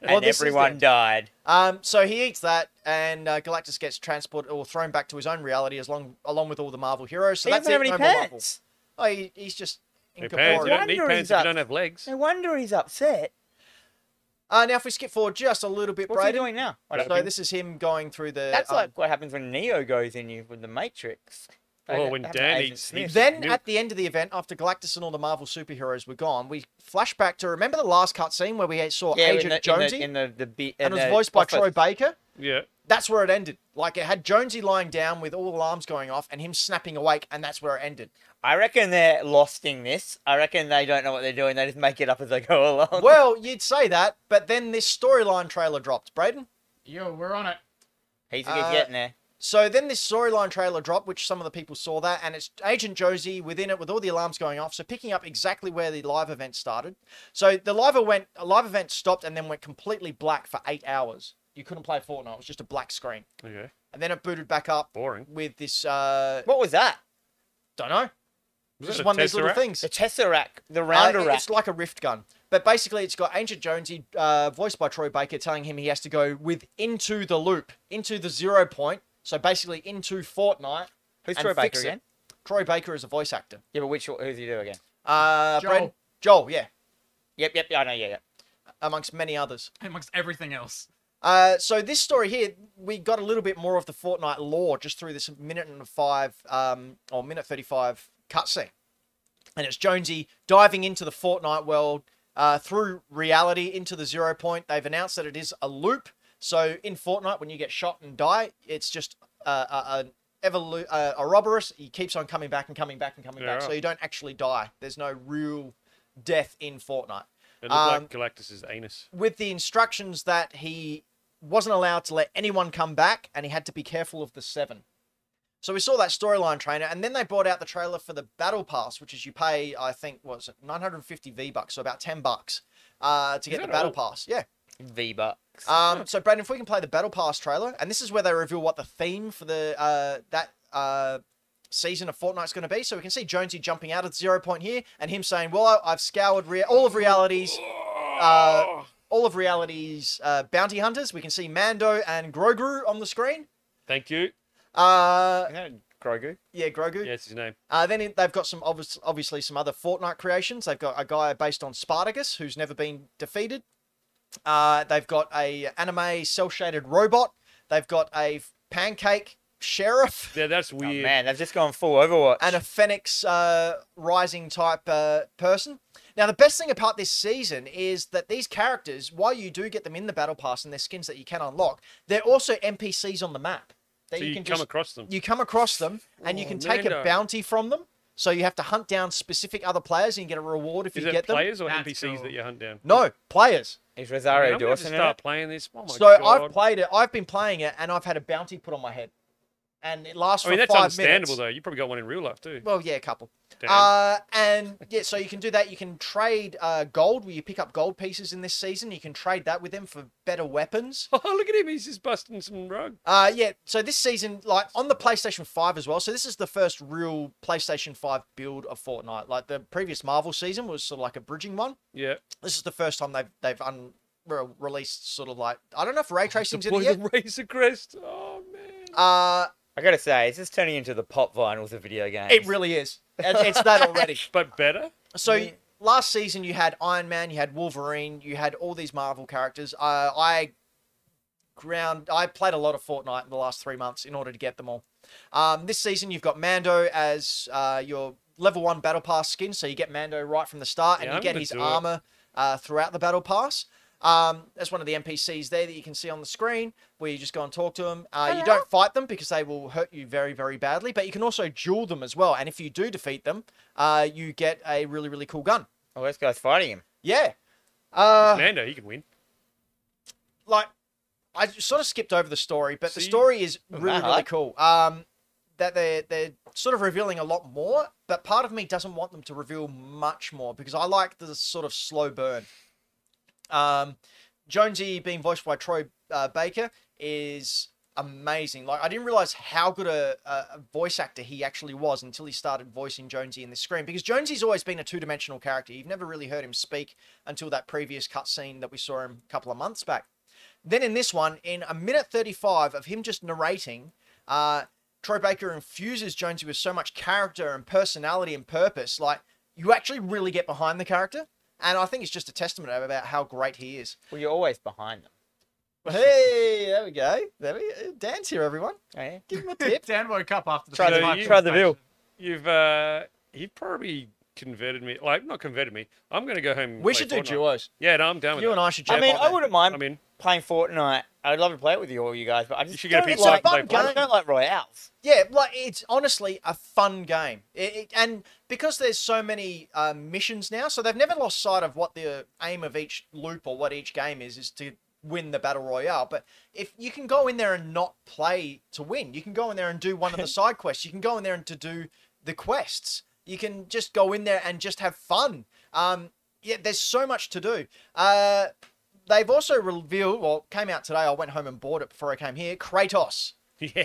Well, this is the
everyone
end.
died.
Um, so he eats that, and uh, Galactus gets transported or thrown back to his own reality, as long along with all the Marvel heroes. So
he
that's
doesn't have
it,
any
no more Marvel.
pants.
Oh, he, he's just
Hey, pants. You
incorporeal.
don't need
Wonder
pants
he's
if you
up-
don't have legs.
No wonder he's upset.
Uh, now, if we skip forward just a little bit,
What's he
Brayden.
doing now? I don't
So
know.
this is him going through the.
That's
um,
like what happens when Neo goes in you with the Matrix.
Oh,
Like,
when
happened to
Dan
Agent
eats
Smith.
the-
Then
Milk.
at the end of the event, after Galactus and all the Marvel superheroes were gone, we flash back to remember the last cutscene where we saw
yeah,
Agent
in the,
Jonesy,
in the, in the, the beat,
and it was voiced by Troy Baker.
Yeah.
that's where it ended. Like it had Jonesy lying down with all alarms going off and him snapping awake, and that's where it ended.
I reckon they're losting this. I reckon they don't know what they're doing. They just make it up as they go along.
well, you'd say that, but then this storyline trailer dropped, Braden.
Yo, we're on it.
He's
uh,
getting there.
So then this storyline trailer dropped, which some of the people saw that, and it's Agent Josie within it with all the alarms going off. So picking up exactly where the live event started. So the live event, live event stopped and then went completely black for eight hours. You couldn't play Fortnite; it was just a black screen.
Okay.
And then it booted back up
Boring.
with this. Uh,
What was that?
don't know.
Was
Just
that a
one of these little
Tesseract?
things.
The Tesseract, the
Uh,
Rounder
it- it's like a rift gun. But basically, it's got Ancient Jonesy, uh, voiced by Troy Baker, telling him he has to go with into the loop, into the zero point. So basically, into Fortnite.
Who's
and
Troy Baker
fix it.
again?
Troy Baker is a voice actor.
Yeah, but which who's he do again?
Uh,
Joel.
Brad- Joel, yeah,
Yep, yep, I know, yeah, yeah.
amongst many others.
Amongst everything else.
Uh, so this story here, we got a little bit more of the Fortnite lore just through this minute and five, um, or minute thirty-five cutscene, and it's Jonesy diving into the Fortnite world uh, through reality into the zero point. They've announced that it is a loop. So in Fortnite, when you get shot and die, it's just uh, a, a, evolu- uh, a Ouroboros. He keeps on coming back and coming back and coming back.
Yeah.
So you don't actually die. There's no real death in Fortnite
It looked
Um,
like Galactus's anus.
with the instructions that he wasn't allowed to let anyone come back and he had to be careful of the seven. So we saw that storyline trainer, and then they brought out the trailer for the Battle Pass, which is you pay, I think, what was it 950 V bucks, so about 10 bucks, uh, to get
that
the Battle
all?
Pass. Yeah.
V bucks.
Um, so Braden, if we can play the Battle Pass trailer, and this is where they reveal what the theme for the uh, that uh, season of Fortnite's going to be. So we can see Jonesy jumping out at zero point here, and him saying, "Well, I, I've scoured rea- all of realities, uh, all of realities uh, bounty hunters." We can see Mando and Grogu on the screen.
Thank you.
Uh,
Isn't that Grogu?
yeah, Grogu.
Yeah, it's his name.
Uh, then it- they've got some obvious, obviously some other Fortnite creations. They've got a guy based on Spartacus who's never been defeated. Uh, they've got a anime cell shaded robot. They've got a f- pancake sheriff
Yeah, that's
Oh,
weird.
man, they've just gone full Overwatch.
and a phoenix uh, rising type uh, person. Now the best thing about this season is that these characters, while you do get them in the battle pass and their skins that you can unlock, they're also NPCs on the map that
so you,
can
come
just
across them.
you come across them and you
Oh,
can take a
Mando.
bounty from them. So you have to hunt down specific other players and you get a reward if
Is
you
it
get them.
players or
That's
NPCs
cool.
that you hunt down?
No, players.
Is
I
Rosario
am going to
Dawson in
start
it?
playing this. Oh my
eh? so
god.
I've played it. I've been playing it and I've had a bounty put on my head. And it lasts
I mean,
for
that's
five
understandable
minutes.
though. You probably got one in real life too.
Well, yeah, a couple.
Damn.
Uh, and yeah, so you can do that. You can trade uh, gold, where you pick up gold pieces in this season. You can trade that with them for better weapons.
oh, look at him. He's just busting some rug.
Uh, yeah, so this season, like on the PlayStation 5 as well, so this is the first real PlayStation 5 build of Fortnite. Like the previous Marvel season was sort of like a bridging one.
Yeah.
This is the first time they've they've un- re- released sort of like I don't know if ray tracing's in
Deploy
it
the
yet.
Razor Crest. Oh man.
Uh,
I gotta say, it's just turning into the pop vinyls of video games.
it really is. It's, it's that already.
But better.
So last season you had Iron Man, you had Wolverine, you had all these Marvel characters. Uh, I ground I played a lot of Fortnite in the last three months in order to get them all. Um, this season you've got Mando as uh, your level one battle pass skin, so you get Mando right from the start, and
Yeah,
you
I'm
get
gonna
his
do it.
armor uh, throughout the battle pass. Um, that's one of the NPCs there that you can see on the screen, where you just go and talk to them. Uh, you don't fight them because they will hurt you very, very badly, but you can also duel them as well. And if you do defeat them, uh, you get a really, really cool gun.
Oh, this guy's fighting him.
Yeah. Uh,
Mando, he can win.
like I sort of skipped over the story, but
So
the
you-
story is
Oh,
really really
alright.
cool. Um, that they're they're sort of revealing a lot more, but part of me doesn't want them to reveal much more because I like the sort of slow burn. Um, Jonesy being voiced by Troy uh, Baker is amazing. Like I didn't realize how good a, a a voice actor he actually was until he started voicing Jonesy in the screen. Because Jonesy's always been a two-dimensional character. You've never really heard him speak until that previous cutscene that we saw him a couple of months back. Then in this one, in a minute 35 of him just narrating, uh, Troy Baker infuses Jonesy with so much character and personality and purpose. Like, you actually really get behind the character. And I think it's just a testament about how great he is.
Well, you're always behind them.
Hey, there we go. There we go. Dance here, everyone.
Oh, yeah?
Give him a tip.
Dan woke up after the
Try
the-
P5
try the
presentation.
veal.
You've uh, he probably converted me. Like not converted me. I'm going to go home. and
we
play
should do
Fortnite.
duos.
Yeah, no, I'm down with
You
that.
and I should
I
jump
mean,
on
I
that.
wouldn't mind
I'm in.
playing Fortnite. I'd love to play it with you all, you guys, but I just
should get a
don't
pizza
like.
and play
I just
Fortnite.
don't like royales.
Yeah, like it's honestly a fun game, it, it- and because there's so many uh, missions now, so they've never lost sight of what the aim of each loop or what each game is is to win the battle royale. But if you can go in there and not play to win, you can go in there and do one of the side quests. You can go in there and to do the quests. You can just go in there and just have fun. Um, yeah, there's so much to do. Uh, they've also revealed, well, came out today. I went home and bought it before I came here. Kratos.
Yeah.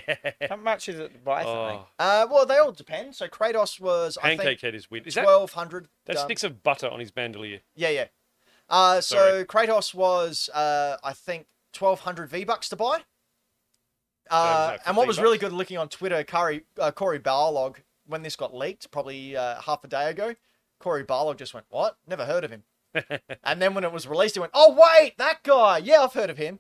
How much is it to buy something?
Oh,
Uh, well, they all depend. So Kratos was I
pancake
think
head is weird. Is that
twelve hundred. um,
that sticks of butter on his bandolier?
Yeah, yeah. Uh, so Kratos was uh, I think twelve hundred V bucks to buy.
was
Uh,
like
and what was
15
really good looking on Twitter, Corey uh, Corey Barlog, when this got leaked, probably uh, half a day ago, Corey Barlog just went, "What? Never heard of him." and then when it was released, he went, "Oh wait, that guy. Yeah, I've heard of him."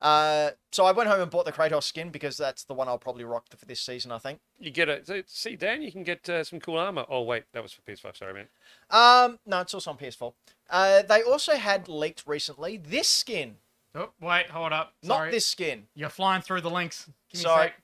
Uh, so I went home and bought the Kratos skin because that's the one I'll probably rock for this season, I think.
You get a so, see, Dan. You can get uh, some cool armor. Oh wait, that was for PS5. Sorry, man.
Um, no, it's also on PS4. Uh, they also had leaked recently this skin,
Oh, wait, hold up.
not
Sorry.
this skin.
You're flying through the links. Give me a
Sorry.
sec.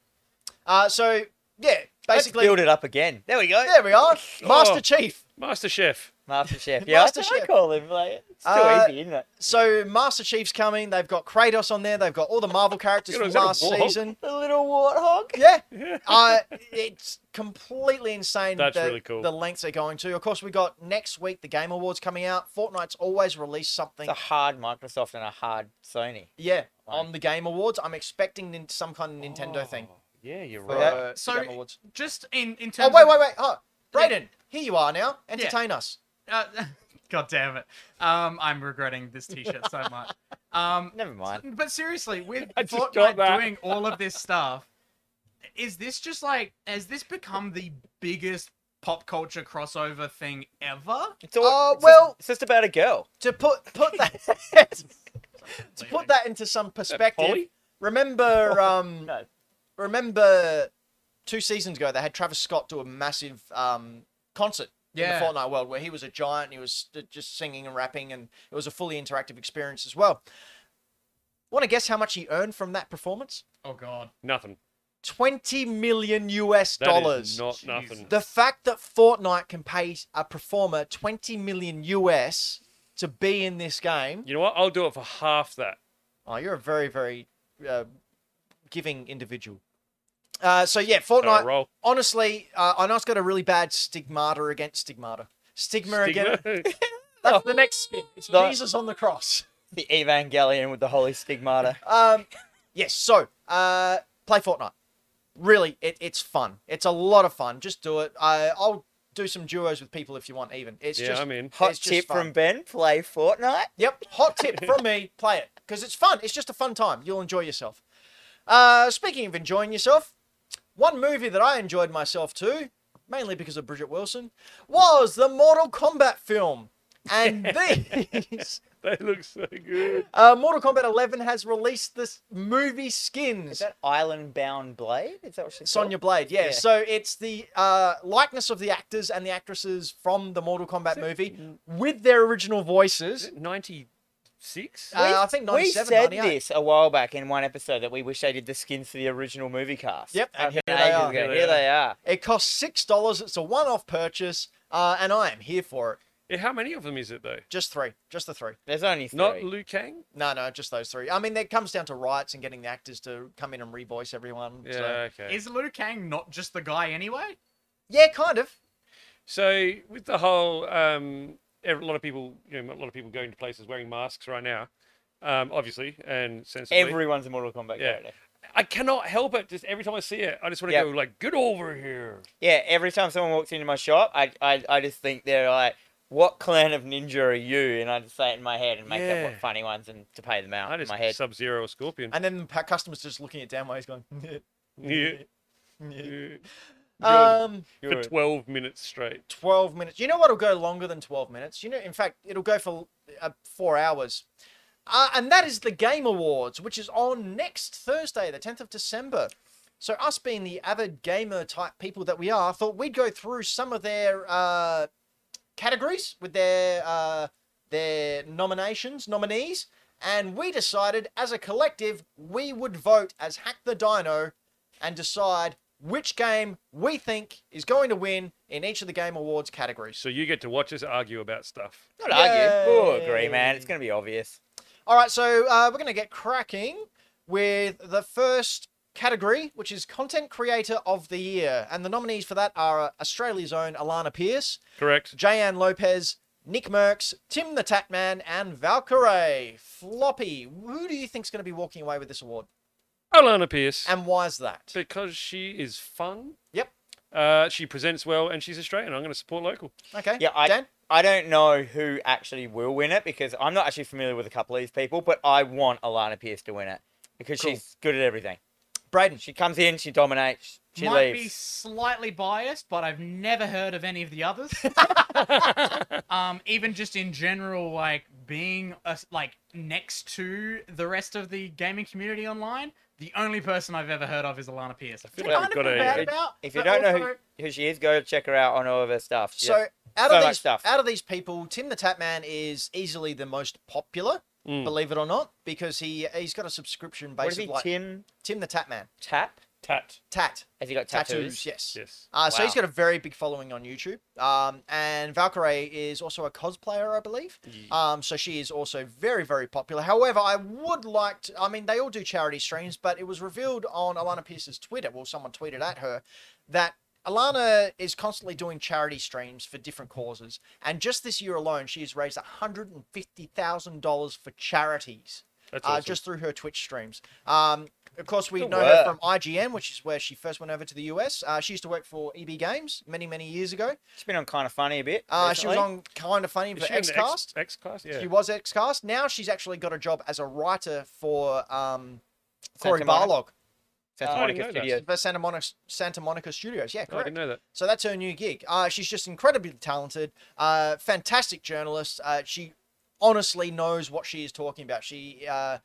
Uh, so yeah,
Let's
basically,
build it up again. There we go.
there we are, Master Chief.
Master Chef.
Master Chef. Yeah,
Master
I
Chef.
call him. Like, it's too
Uh,
easy, isn't it?
So Master Chief's coming. They've got Kratos on there. They've got all the Marvel characters
You know,
from
is that a
last
warhog?
season.
The little warthog.
Yeah, uh, it's completely insane.
That's
the,
really cool.
The lengths they're going to. Of course, we got next week the Game Awards coming out. Fortnite's always released something.
It's a hard Microsoft and a hard Sony.
Yeah,
Like-
on the Game Awards. I'm expecting nin- some kind of Nintendo thing.
Oh, Yeah, you're
For,
Right.
uh, the
So-
Game Awards.
Just in in terms.
Oh wait,
of-
wait, wait. Oh,
Yeah.
Brayden, here you are now. Entertain us.
Uh, God damn it. Um, I'm regretting this T-shirt so much. Um,
Never mind.
but seriously, with
I just got
Fortnite
that.
doing all of this stuff, is this just like has this become the biggest pop culture crossover thing ever?
It's all,
Uh,
it's just-
well-
it's just about a girl.
To put put that to put that into some perspective.
Polly?
Remember, um,
No.
remember two seasons ago they had Travis Scott do a massive um, concert
Yeah.
in the Fortnite world where he was a giant and he was j- just singing and rapping and it was a fully interactive experience as well. Want to guess how much he earned from that performance?
Oh God.
nothing.
Twenty million US
That is
dollars.
not
Jeez.
nothing.
The fact that Fortnite can pay a performer 20 million US to be in this game.
You know what? I'll do it for half that.
Oh, you're a very, very uh, giving individual. Uh, so, yeah, Fortnite,
Uh, roll.
honestly, uh, I know it's got a really bad stigmata against stigmata. Stigma, Oh. again.
Stigma.
That's the next spin. It's
No.
Jesus on the cross.
The Evangelion with the Holy Stigmata.
Um, yes, so uh, play Fortnite. Really, it, it's fun. It's a lot of fun. Just do it. I I'll do some duos with people if you want, even. It's
Yeah,
just
I'm in.
Hot
it's just
tip
fun.
from Ben: play Fortnite.
Yep. Hot tip from me. Play it because it's fun. It's just a fun time. You'll enjoy yourself. Uh, speaking of enjoying yourself, one movie that I enjoyed myself too, mainly because of Bridget Wilson, was the Mortal Kombat film. And these,
they look so good.
uh, Mortal Kombat 11 has released this movie skins.
Is that Island Bound Blade? Is that what she's
Sonya Blade, yeah.
Yeah.
So it's the uh, likeness of the actors and the actresses from the Mortal Kombat movie with their original voices.
96?
Uh, I think 97,
We said
98.
this a while back in one episode that we wish they did the skins for the original movie cast.
Yep,
and here they
are.
are.
Here
Here,
they
they are.
It costs six dollars. It's a one-off purchase, uh, and I am here for it.
Yeah, how many of them is it, though?
Just three, just the three.
There's only three.
Not Liu Kang?
No, no, just those three. I mean, that comes down to rights and getting the actors to come in and revoice everyone.
Yeah,
So.
okay.
Is Liu Kang not just the guy anyway?
Yeah, kind of.
So with the whole, um, ev- a lot of people, you know, a lot of people going to places wearing masks right now, um, obviously, and sensibly.
Everyone's a Mortal Kombat
Yeah.
character.
I cannot help it. Just every time I see it, I just want to
Yep.
go like, "Get over here!"
Yeah, every time someone walks into my shop, I, I, I just think they're like, what clan of ninja are you? And I just say it in my head and make up
Yeah.
what funny ones and to pay them out
I
in
just
my head.
Sub Zero or Scorpion.
And then the customers just looking at Dan while he's going.
Yeah.
"Yeah."
Yeah.
um,
For twelve minutes straight.
twelve minutes. You know what'll go longer than twelve minutes? You know, in fact, it'll go for uh, four hours. Uh, and that is the Game Awards, which is on next Thursday, the 10th of December. So, us being the avid gamer type people that we are, thought we'd go through some of their uh, categories with their uh, their nominations, nominees, and we decided as a collective we would vote as Hack the Dino and decide which game we think is going to win in each of the Game Awards categories.
So you get to watch us argue about stuff.
Not argue. We'll
Yay.
agree, man. It's going to be obvious.
All right, so uh, we're going to get cracking with the first category, which is Content Creator of the Year. And the nominees for that are uh, Australia's own Alana Pierce,
Correct.
Jayan Lopez, Nick Merckx, Tim the Tatman, and Valkyrie. Floppy, who do you think's going to be walking away with this award?
Alana Pierce.
And why is that?
because she is fun.
Yep.
Uh, she presents well and she's Australian. I'm going to support local.
Okay.
Yeah, I,
Dan?
I don't know who actually will win it because I'm not actually familiar with a couple of these people, but I want Alana Pierce to win it because
Cool.
she's good at everything.
Braden.
She comes in, she dominates, she
Might be
leaves.
slightly biased, but I've never heard of any of the others. um, even just in general, like being uh, like next to the rest of the gaming community online, the only person I've ever heard of is Alana Pierce. I
feel like we've got a-
bad
a-
about,
If you
but
don't know
also-
who, who she is, go check her out on all of her stuff. She
So
has-
out
So
of
much
these
stuff.
out of these people, Tim the Tatman is easily the most popular,
Mm.
believe it or not, because he he's got a subscription
Hmm. what is
based
he,
of like
Tim
Tim the Tatman.
Tap?
Tat.
Tat.
Has he got tattoos?
Tattoos, yes.
Yes.
Uh, So he's
Wow.
got a very big following on YouTube. Um, and Valkyrie is also a cosplayer, I believe. Um, so she is also very, very popular. However, I would like to, I mean, they all do charity streams, but it was revealed on Alana Pierce's Twitter, well, someone tweeted at her, that Alana is constantly doing charity streams for different causes. And just this year alone, she has raised $150,000 for charities
That's
uh,
awesome. Oh,
just through her Twitch streams. Um, of course, we
Good
know her
work.
from IGN, which is where she first went over to the US. Uh, she used to work for EB Games many, many years ago.
She's been on kind of funny a bit.
Uh, she was
recently.
on Kind of Funny
Is
for
she in the
XCast.
X class. Yeah.
She was XCast. Now she's actually got a job as a writer for um,
Santa
Corey
Monica-
Barlog
Santa
Oh, I
Monica
didn't know that.
Studios.
for Santa Monica, Santa Monica Studios. Yeah,
Oh, I
correct.
didn't know that.
So that's her new gig. Uh, she's just incredibly talented, uh, fantastic journalist. Uh, she honestly knows what she is talking about. She, uh,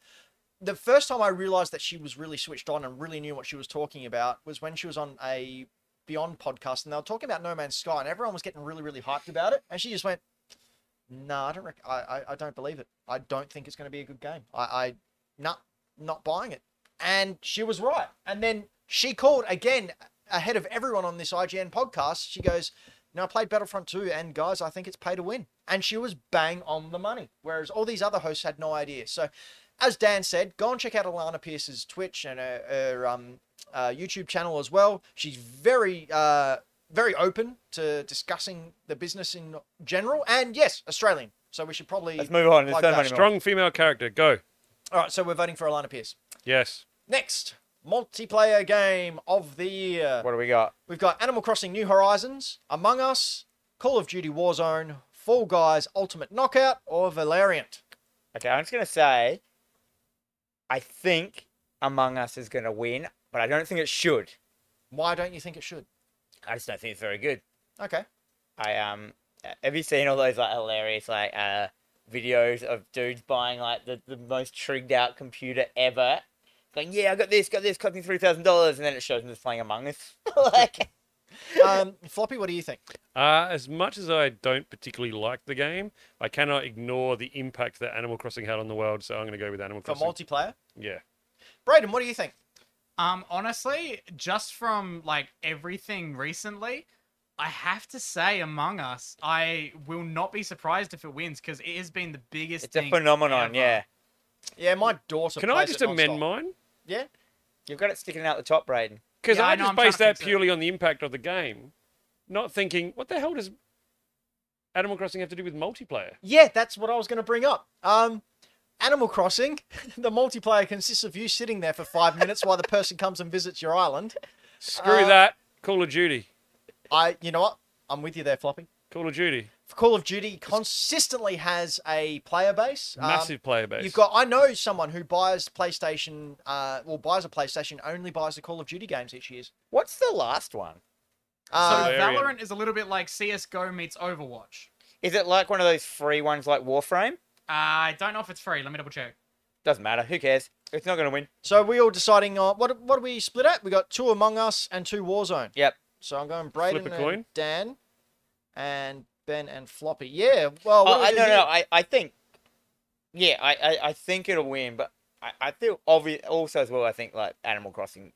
the first time I realized that she was really switched on and really knew what she was talking about was when she was on a Beyond podcast and they were talking about No Man's Sky and everyone was getting really, really hyped about it. And she just went, "Nah, I don't. Rec- I, I, I don't believe it. I don't think it's going to be a good game. I, I, not, not buying it." And she was right. And then she called again ahead of everyone on this IGN podcast. She goes, "No, I played Battlefront 2, and guys, I think it's pay to win." And she was bang on the money, whereas all these other hosts had no idea. So, as Dan said, go and check out Alana Pierce's Twitch and her, her um, uh, YouTube channel as well. She's very, uh, very open to discussing the business in general, and yes, Australian. So we should probably
Let's move on. There's
Like
so
that.
many more.
Strong female character. Go.
All right, so we're voting for Alana Pierce.
Yes.
Next, multiplayer game of the year.
What do we got?
We've got Animal Crossing New Horizons, Among Us, Call of Duty Warzone, Fall Guys Ultimate Knockout, or Valeriant.
Okay, I'm just gonna say, I think Among Us is gonna win, but I don't think it should.
Why don't you think it should?
I just don't think it's very good.
Okay.
I um, have you seen all those like hilarious like uh videos of dudes buying like the, the most trigged out computer ever, going yeah I got this got this cost me three thousand dollars and then it shows them just playing Among Us like
Um, Floppy, what do you think?
Uh, as much as I don't particularly like the game, I cannot ignore the impact that Animal Crossing had on the world. So I'm going to go with Animal
For
Crossing.
multiplayer?
yeah.
Brayden, what do you think?
Um, honestly, just from like everything recently, I have to say Among Us, I will not be surprised if it wins because it has been the biggest.
it's a
thing
phenomenon
ever.
yeah
Yeah, my daughter.
Can I
plays
just
it nonstop.
amend mine?
Yeah.
you've got it sticking out the top Braden
Because
Yeah, I
I
know,
just
I'm trying
based
to
that
fix it.
purely on the impact of the game, not thinking what the hell does Animal Crossing have to do with multiplayer?
Yeah, that's what I was going to bring up. Um, Animal Crossing, the multiplayer consists of you sitting there for five minutes while the person comes and visits your island.
Screw
Uh,
that. Call of Duty.
I, you know what? I'm with you there, Floppy.
Call of Duty.
Call of Duty consistently has a player base. Um,
Massive player base.
You've got. I know someone who buys PlayStation. Uh, well, buys a PlayStation only buys the Call of Duty games each year.
what's the last one
Uh,
so
Valerian.
Valorant is a little bit like CS:GO meets Overwatch.
is it like one of those free ones like Warframe
Uh, I don't know if it's free. Let me double check.
doesn't matter who cares it's not gonna win
so we all deciding on what? What are we split at? We got two Among Us and two Warzone.
yep
So I'm going Braden
Flip a
and
coin.
Dan, and Ben and Floppy. Yeah. Well, what
Oh,
do we
I
do
no,
here?
no. I, I think, yeah, I, I, I think it'll win, but I, I feel obvious also as well. I think like Animal Crossing,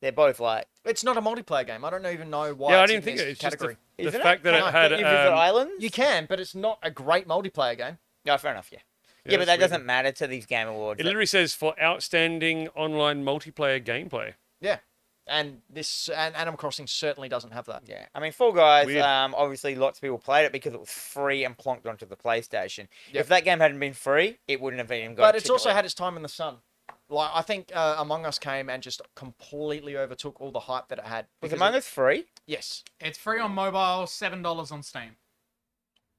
they're both like
It's not a multiplayer game. I don't even know why.
yeah, I
it's
didn't
in
think
this
it. It's
category.
just the- the,
Isn't it?
fact that
Can I
it had.
you visit
um,
islands.
You can, but it's not a great multiplayer game.
No, fair enough. Yeah, yeah,
Yeah,
but
it's
that
weird.
doesn't matter to these game awards.
it
that-
literally says for outstanding online multiplayer gameplay.
Yeah. And this and Animal Crossing certainly doesn't have that.
yeah, I mean, Fall Guys.
Weird.
Um, obviously, lots of people played it because it was free and plonked onto the PlayStation.
Yep.
If that game hadn't been free, it wouldn't have even got.
but it's also
particularly-
had its time in the sun. Like I think uh, Among Us came and just completely overtook all the hype that it had.
Was
because
Among
it-
Us free?
yes,
It's free on mobile, seven dollars on Steam.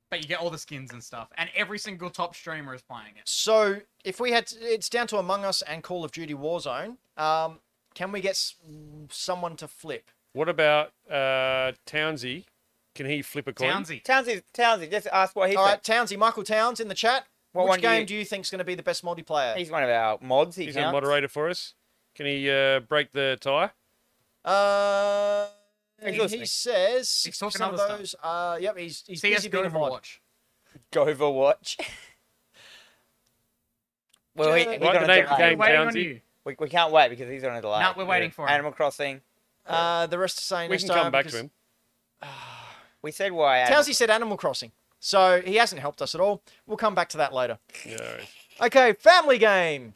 But you get all the skins and stuff, and every single top streamer is playing it.
So if we had, to, it's down to Among Us and Call of Duty Warzone. Um, can we get s- someone to flip?
What about uh, Townsy? Can he flip a coin?
Townsy.
Townsy, Townsy. Just ask what he
All
thinks.
right, Townsy, Michael Towns in the chat.
What
Which
one do you-
game do you, think is going to be the best multiplayer?
He's one of our mods. He
He's a
counts.
moderator for us. Can he uh, break the tie?
Uh,
He's
he
listening.
says
He's
six
talking
percent of
other stuff.
those. Uh, yep, he's he's busy
CS:GO
being a mod.
Overwatch.
Overwatch. well,
Yeah.
he, he
Right,
got
the
a
name-
delay.
game-
Waiting on
Townsy.
you.
We, we can't wait because he's on the line.
No, we're waiting for him.
Animal Crossing.
Uh, the rest are saying
We
next
can
time
come back to
because-
him.
We said why. Animal-
Towsy said Animal Crossing, so he hasn't helped us at all. We'll come back to that later.
Yeah, all right.
Okay, family game.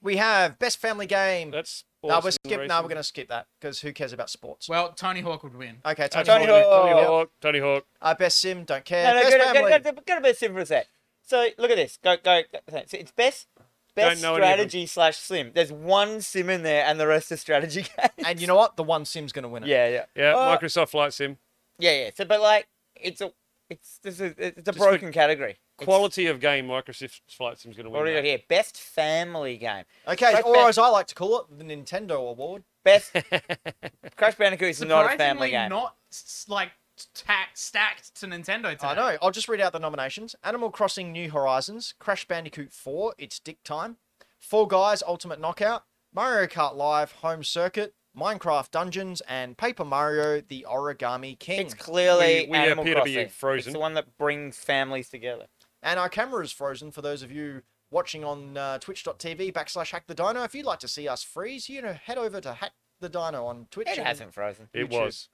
We have best family game.
that's.
No,
sports
we're
and
skip. No,
racing.
we're going to skip that because who cares about sports?
Well, Tony Hawk would win.
Okay,
Uh,
Tony,
Tony,
Hawk.
Hawk, Tony
Hawk.
Hawk. Tony Hawk.
Uh, best sim, don't care.
No, no,
best
go,
family.
go, go, go to best sim for a sec. So look at this. Go, go. go. So it's best, best
know any of them.
strategy slash sim. There's one sim in there, and the rest is strategy games.
And you know what? The one sim's going to win it.
Yeah, yeah,
Yeah,
Uh,
Microsoft Flight Sim.
yeah, yeah. So, but like, it's a, it's this is it's a
the
broken category. It's-
Quality of game, Microsoft Flight Sim's going to
What
win.
do we got
that.
here? Best family game.
Okay,
Right,
or
best-
as I like to call it, the Nintendo Award.
Best Crash Bandicoot is not a family
Surprisingly
game.
Not s- like ta- stacked to Nintendo today.
I know. I'll just read out the nominations: Animal Crossing: New Horizons, Crash Bandicoot 4, It's Dick Time, Fall Guys: Ultimate Knockout, Mario Kart Live Home Circuit, Minecraft Dungeons, and Paper Mario: The Origami King.
It's clearly
We- we
Animal
appear to be
Crossing. It's
frozen.
the one that brings families together.
And our camera is frozen for those of you watching on uh, twitch.tv backslash hack the dino. If you'd like to see us freeze, you know, head over to hack the dino on Twitch.
It
and-
hasn't frozen.
It
YouTube.
was.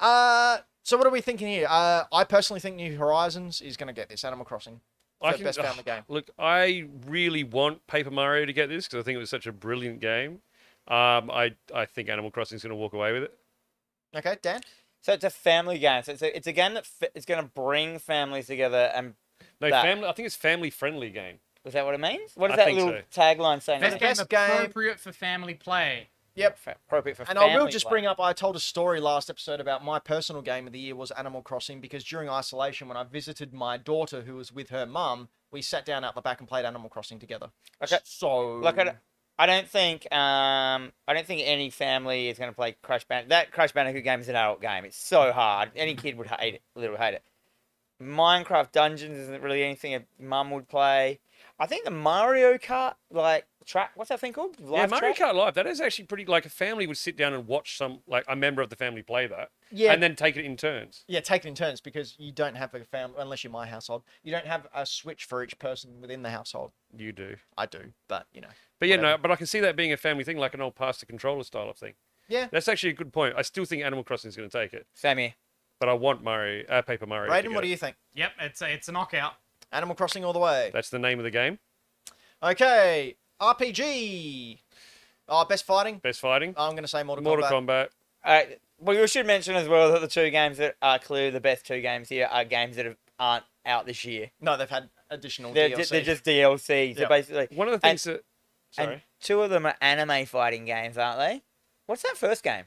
Uh, so what are we thinking here? Uh, I personally think New Horizons is going to get this Animal Crossing.
I
for best family game.
Look, I really want Paper Mario to get this because I think it was such a brilliant game. Um, I I think Animal Crossing is going to walk away with it.
Okay, Dan.
So it's a family game. So it's a, it's a game that f- is going to bring families together. And
No,
That-
family. I think it's family friendly game.
is that what it means? What
I
does that
think
little
so.
tagline say?
Best,
Now?
game
Best game-
appropriate for family play.
Fa- appropriate for
And
family
I will just
play.
bring up I told a story last episode about my personal game of the year was Animal Crossing because during isolation when I visited my daughter who was with her mum, we sat down out the back and played Animal Crossing together.
Okay.
So
Like I, don't- I don't think um I don't think any family is going to play Crash Bandicoot. That Crash Bandicoot game is an adult game. It's so hard. Any kid would hate it. Literally hate it. Minecraft Dungeons isn't really anything a mum would play. I think the Mario Kart like track. What's that thing called? Live
yeah, Mario
track?
Kart Live. That is actually pretty. Like a family would sit down and watch some, like a member of the family play that,
yeah,
and then take it in turns.
Yeah, take it in turns because you don't have a family unless you're my household. You don't have a switch for each person within the household.
You do.
I do, but you know.
But yeah, no.
Whatever.
But I can see that being a family thing, like an old pasta controller style of thing.
Yeah.
That's actually a good point. I still think Animal Crossing is going to take it,
Same here.
but I want Mario, uh, Paper Mario. to
Braden, what
get
do
it.
you think?
Yep, it's a, it's a knockout.
Animal Crossing all the way.
That's the name of the game.
Okay, RPG. Oh, best fighting.
Best fighting.
I'm gonna say Oh, Mortal,
Mortal
Kombat.
Kombat.
All right. Uh, Well, you should mention as well that the two games that are clearly the best two games here are games that have, aren't out this year.
No, they've had additional
They're,
DLC.
ju- they're just DLC. So
Yeah.
basically,
One of the
And-
things that. Sorry.
and two of them are anime fighting games, aren't they? What's that first game?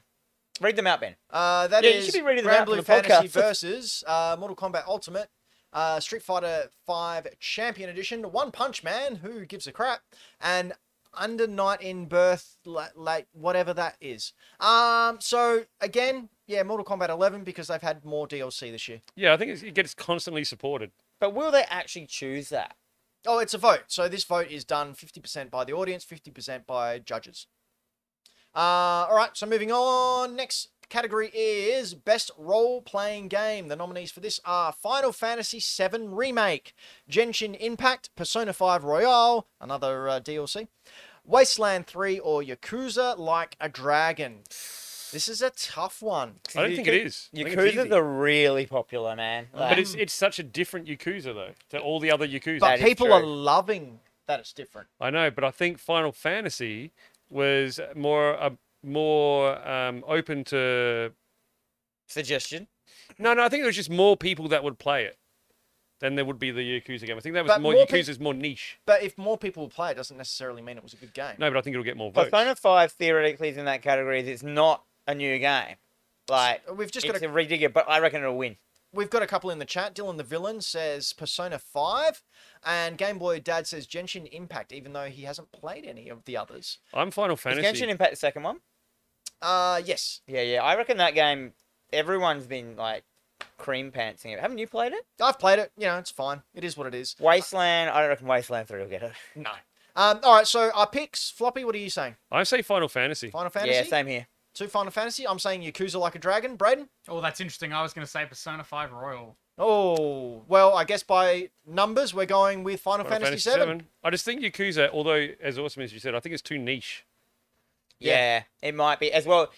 Read them out, Ben.
Uh, that
Yeah,
is
you should be reading them
Grand
out for
Blue
the
Fantasy
podcast.
versus uh, Mortal Kombat Ultimate, uh, Street Fighter Five Champion Edition, One Punch Man, who gives a crap, and Under Night in Birth, like, like whatever that is. Um, so again, yeah, Mortal Kombat 11 because they've had more DLC this year.
Yeah, I think it's, it gets constantly supported.
But will they actually choose that?
Oh, it's a vote. So this vote is done 50% by the audience, 50% by judges. Uh, all right, so moving on. Next category is Best Role Playing Game. The nominees for this are Final Fantasy VII Remake, Genshin Impact, Persona 5 Royale, another uh, DLC, Wasteland 3, or Yakuza Like a Dragon. This is a tough one.
I don't think it is. I think it's easy.
Yakuza's are really popular, man.
But
Like,
it's it's such a different Yakuza though to all the other Yakuza.
But
That is
people are
true.
loving that it's different.
I know, but I think Final Fantasy was more uh, more um, open to.
suggestion.
No, no, I think there was just more people that would play it than there would be the Yakuza game. I think that was
But
more,
more pe-
Yakuza's more niche.
But if more people play it, doesn't necessarily mean it was a good game.
No, but I think it'll get more votes.
Persona 5 theoretically is in that category. It's not a new game. Like,
We've just got
it's
a
a redigger, but I reckon it'll win.
We've got a couple in the chat. Dylan the Villain says Persona 5, and Game Boy Dad says Genshin Impact, even though he hasn't played any of the others.
I'm Final
Is Genshin
Fantasy.
Impact the second one?
Uh, yes.
Yeah, yeah. I reckon that game, everyone's been like cream pantsing it. Haven't you played it?
I've played it. You know, it's fine. It is what it is.
Wasteland. I don't reckon Wasteland 3 will get it.
No. Um, all right, so our picks. Floppy, what are you saying?
I say Final Fantasy.
Final Fantasy?
Yeah, same here.
Two Final Fantasy. I'm saying Yakuza Like a Dragon. Braden?
Oh, that's interesting. I was going to say Persona 5 Royal.
Oh, well, I guess by numbers, we're going with Final,
Final
Fantasy,
VII.
VII.
I just think Yakuza, although as awesome as you said, I think it's too niche.
Yeah.
Yeah, it might be as well.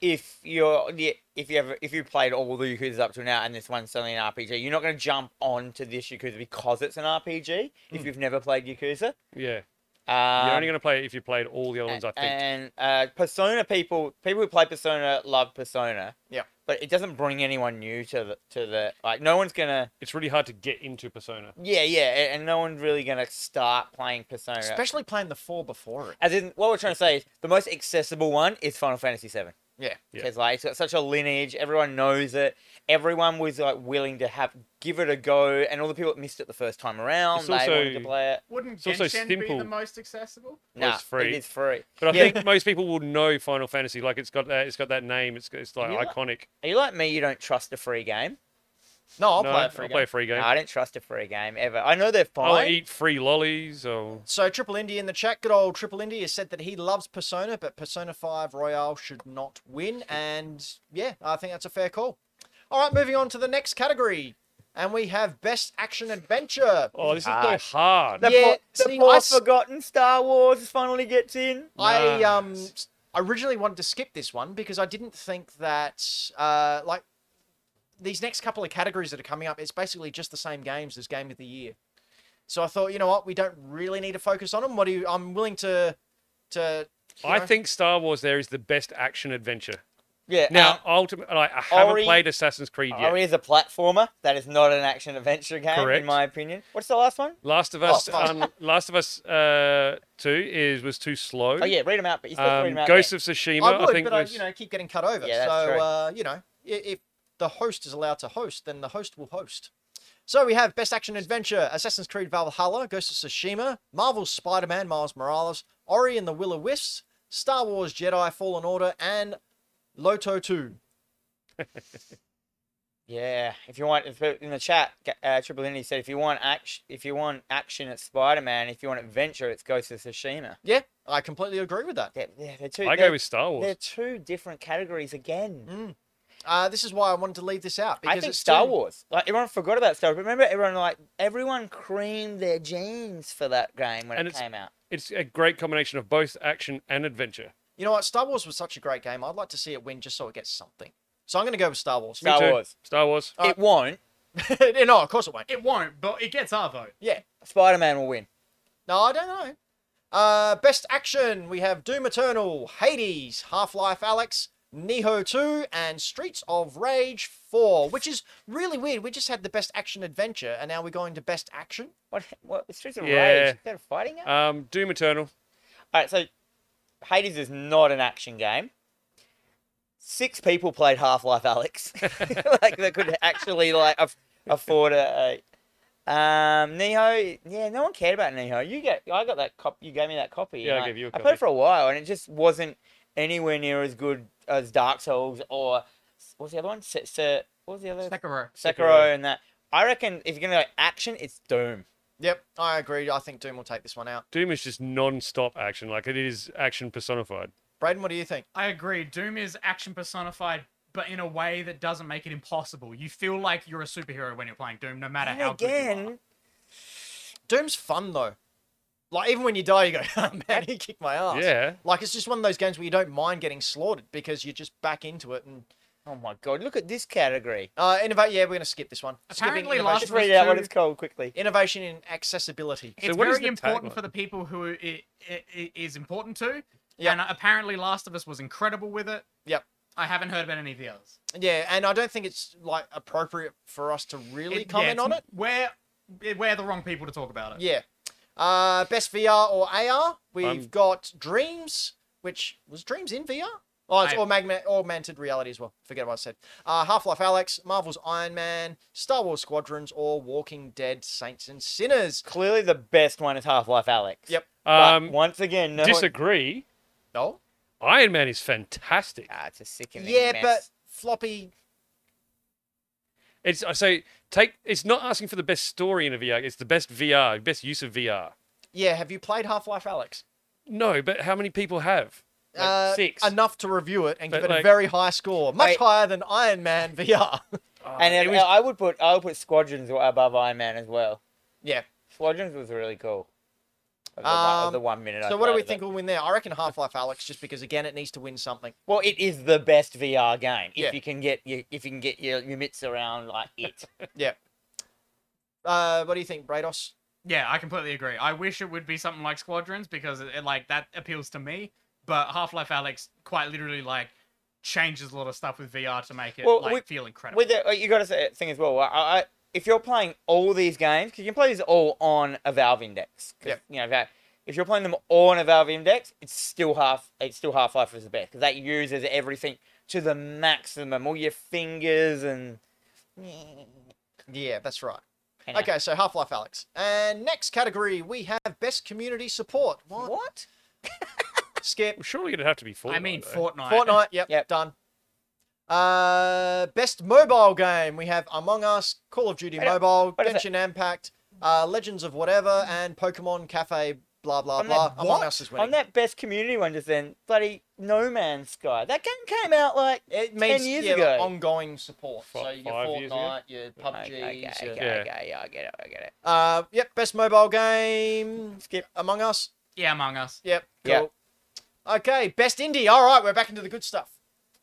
If you're yeah, if you ever if you played all the Yakuza's up to now and this one's suddenly an RPG, you're not going to jump on to this Yakuza because it's an RPG. If you've never played Yakuza,
Yeah,
um,
Hmm. you're only going to play it if you played all the other ones. I
a-
think.
And uh, Persona people, people who play Persona love Persona.
Yep.
But it doesn't bring anyone new to the to the like. No one's gonna.
it's really hard to get into Persona.
Yeah, yeah, a- and no one's really gonna start playing Persona.
Especially playing the four before it.
As in, what we're trying to say is the most accessible one is Final Fantasy VII.
Yeah.
Yeah.
Because like it's got such a lineage, everyone knows it. Everyone was like willing to have give it a go, and all the people that missed it the first time around,
It's
they wanted to
also-
play it.
Wouldn't
It's also
Genshin be the
simple.
most accessible?
Well,
Nah,
it's free.
It is free.
But I
Yeah.
think most people will know Final Fantasy. Like it's got that, it's got that name. It's it's like
You like-
iconic.
Are you like me? You don't trust a free game.
No, I'll
No,
play it for
I'll
you.
play a free game.
No, I don't trust a free game ever. I know they're fine.
I'll eat free lollies or
So Triple Indy in the chat, good old Triple Indy has said that he loves Persona, but Persona 5 Royale should not win. And yeah, I think that's a fair call. All right, moving on to the next category. And we have Best Action Adventure.
oh, this
hard.
is so hard.
The,
Yeah,
po- the
see, I
poor
s-
forgotten Star Wars finally gets in.
I um
Nice.
originally wanted to skip this one because I didn't think that uh like these next couple of categories that are coming up, it's basically just the same games as Game of the Year. So I thought, you know what, we don't really need to focus on them. What do you? I'm willing to to. you
I
know,
think Star Wars there is the best action adventure.
Yeah.
Now,
um,
ultimately, like, I haven't
Ori-
played Assassin's Creed yet.
Ori is a platformer. That is not an action adventure game,
Correct.
in my opinion. What's the last one?
Last of
Oh,
Us,
fuck.
um, Last of Us uh, Two is was too slow.
Oh yeah, read them out. But you still have to read
Um,
them out.
Ghost
there.
of Tsushima,
I
I,
would,
think
uh,
but I,
was
you know, keep getting cut over.
Yeah, that's
so
true.
uh, you know, i- if the host is allowed to host, then the host will host. So we have Best Action Adventure, Assassin's Creed Valhalla, Ghost of Tsushima, Marvel's Spider-Man, Miles Morales, Ori and the Will O Wisps, Star Wars Jedi Fallen Order, and Loto 2.
Yeah, if you want, if, in the chat, uh, Triple Indy said if you want action, if you want action, it's Spider Man. If you want adventure, it's Ghost of Tsushima.
Yeah, I completely agree with that.
They're, they're, they're two.
I
they're,
go with Star Wars. Mm,
They're two different categories again.
Uh, this is why I wanted to leave this out because
I think
it's
Star
too-
Wars. Like everyone forgot about Star Wars. Remember, everyone like everyone creamed their jeans for that game when
And
it
it's-
came out.
It's a great combination of both action and adventure.
You know what? Star Wars was such a great game. I'd like to see it win just so it gets something. So I'm going to go with Star Wars.
Star
too.
Wars. Oh.
Star Wars.
All right.
It won't.
no, of course it won't.
It won't, but it gets our vote.
Yeah.
Spider Man will win.
No, I don't know. Uh, best action we have Doom Eternal, Hades, Half Life Alex, Neho 2, and Streets of Rage 4, which is really weird. We just had the best action adventure, and now we're going to best action.
What? What? It's Streets of
Yeah.
Rage. They're fighting it.
Um, Doom Eternal.
All right. So, Hades is not an action game. Six people played Half Life Alex. like that could actually like aff- afford a. a um, Neo, yeah, no one cared about Neo. You get, I got that cop. You gave me that copy.
Yeah, I
and
gave you a
I played
copy.
for a while, and it just wasn't anywhere near as good as Dark Souls or what's the other one? Se- Se- what was the other?
Sekiro.
Sekiro and that. I reckon if you're gonna go action, it's Doom.
Yep, I agree. I think Doom will take this one out.
Doom is just non-stop action. Like it is action personified.
Braden, what do you think?
I agree. Doom is action personified, but in a way that doesn't make it impossible. You feel like you're a superhero when you're playing Doom, no matter
And
how
again,
good you are.
Doom's fun, though. Like, even when you die, you go, oh, man, he kicked my ass.
Yeah.
Like, it's just one of those games where you don't mind getting slaughtered because you're just back into it. And
oh my god, look at this category.
uh, innovate, yeah, we're going to skip this one. Skipping
Apparently
innovation.
last
Just
Us
read out what
two-
it's called quickly.
innovation in accessibility.
So
it's
what is
very
the
important
tagline?
for the people who it, it, it is important to.
Yeah.
And apparently, Last of Us was incredible with it.
Yep.
I haven't heard about any of the others.
Yeah, and I don't think it's like appropriate for us to really
It- yeah,
comment
it's-
on it.
We're we're the wrong people to talk about it.
Yeah. Uh, best VR or AR? We've
Um,
I'm-
got Dreams, which was Dreams in VR. Oh, it's
I-
all magma- augmented reality as well. Forget what I said. Uh, Half Life Alex, Marvel's Iron Man, Star Wars Squadrons, or Walking Dead Saints and Sinners.
Clearly, the best one is Half Life Alex.
Yep.
But
Um,
once again, no. One...
disagree.
No.
Iron Man is fantastic.
Ah, it's a sickening
Yeah,
mess.
but floppy.
It's I say take. It's not asking for the best story in a VR. It's the best VR, best use of VR.
Yeah, have you played Half Life Alex?
No, but how many people have? Like
Uh,
six.
Enough to review it and
But,
give it a
like-
very high score, much
I-
higher than Iron Man VR.
and
Ah, it
it-
was-
I would put I would put Squadrons above Iron Man as well.
Yeah.
Squadrons was really cool. Of the, one,
Um,
of the one minute. I
So what do
played
we
of it.
think will win there? I reckon Half Life Alex, just because again it needs to win something.
Well, it is the best VR game if
Yeah.
you can get your if you can get your, your mitts around like it.
Uh, what do you think, Brados?
Yeah, I completely agree. I wish it would be something like Squadrons because it, it, like that appeals to me. But Half Life Alex quite literally like changes a lot of stuff with VR to make it
Well,
like
with-
feel incredible.
With the, you got to say thing as well. I, I, if you're playing all these games, 'cause you can play these all on a Valve Index. 'cause,
Yep.
You know that if you're playing them all on a Valve Index, it's still half. It's still Half Life is the best because that uses everything to the maximum. All your fingers and.
Yeah, that's right.
and-
Okay, so Half Life Alex. And next category we have best community support. What?
What?
Skip.
Well, surely it'd have to be Fortnite.
I mean,
though.
Fortnite.
Fortnite. Yep,
Yep.
Done. Uh, best mobile game we have Among Us, Call of Duty
Wait a-
Mobile,
wait a sec.
Genshin Impact, uh, Legends of whatever, and Pokemon Cafe. Blah blah
On
blah.
that-
Among
what?
Us is
On
winning.
that best community one just then, bloody No Man's Sky. That game came out like
it
10 years
yeah, like,
ago.
ongoing support.
Fi-
so your
five years ago?
Fortnite, your PUBG.
Okay, okay, okay,
your...
okay, yeah, I get it, I get it.
Uh, yep. Best mobile game.
Skip.
Among Us.
Yeah, Among Us.
Yep.
Yeah.
Cool. Okay, best indie. All right, we're back into the good stuff.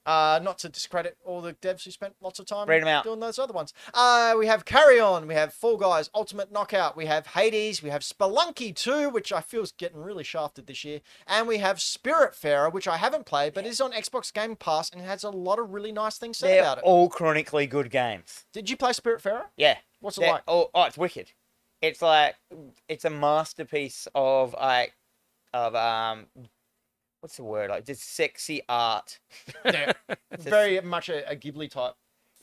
Uh, not to discredit all the devs who spent lots of time
Read 'em out.
doing those other ones. Uh, we have Carry On, we have Fall Guys, Ultimate Knockout, we have Hades, we have Spelunky 2, which I feel is getting really shafted this year, and we have Spiritfarer, which I haven't played, but is on Xbox Game Pass and has a lot of really nice things said
They're
about it.
all chronically good games.
Did you play Spiritfarer?
Yeah.
What's it
they're
like?
all- oh, it's wicked. It's like it's a masterpiece of like of um what's the word like just sexy art.
Yeah,
It's a-
very much a, a Ghibli type.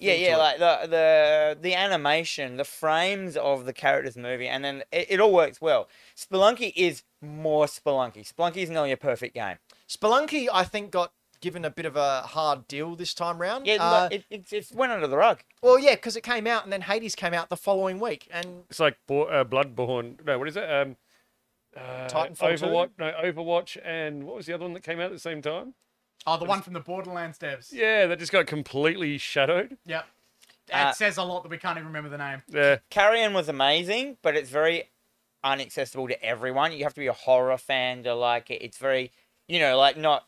Yeah,
into
yeah,
it.
like the the the animation, the frames of the characters movie, and then it, it all works well. Spelunky is more Spelunky. Spelunky is nearly a perfect game.
Spelunky, I think, got given a bit of a hard deal this time round.
Yeah,
Uh,
like, it, it, it went under the rug.
Well, yeah, because it came out and then Hades came out the following week, and
It's like Bo- uh, Bloodborne. No, what is it? Um, uh,
Titanfall 2?
Overwatch. No, Overwatch, and what was the other one that came out at the same time?
Oh, the one from the Borderlands devs.
Yeah, that just got completely shadowed.
Yep.
Uh,
it says a lot that we can't even remember the name.
Yeah,
Carrion was amazing, but it's very unaccessible to everyone. You have to be a horror fan to like it. It's very, you know, like not.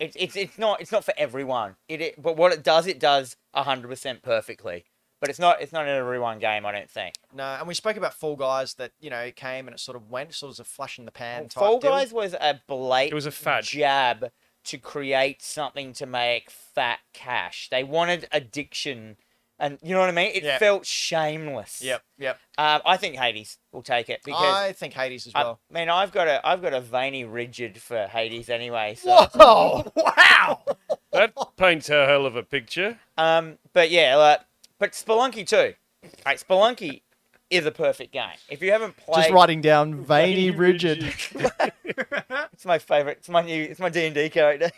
It's it's it's not it's not for everyone. It, it but what it does, it does hundred percent perfectly. But it's not it's not an everyone game, I don't think.
no, and we spoke about Fall Guys that you know it came and it sort of went, sort of was a flash in the pan.
Well,
type
Oh, Fall
deal.
Guys was a blatant
It was a fad.
jab to create something to make fat cash. They wanted addiction, and you know what I mean. It
Yep.
felt shameless.
Yep, yep.
Um, I think Hades will take it because
I think Hades as
I,
well.
mean I've got a I've got a veiny rigid for Hades anyway. So
Whoa! Wow!
that paints a hell of a picture.
um, but yeah, like but Spelunky too. Like Spelunky is a perfect game. If you haven't played,
Just writing down veiny rigid.
It's my favorite. It's my new. It's my D and D character.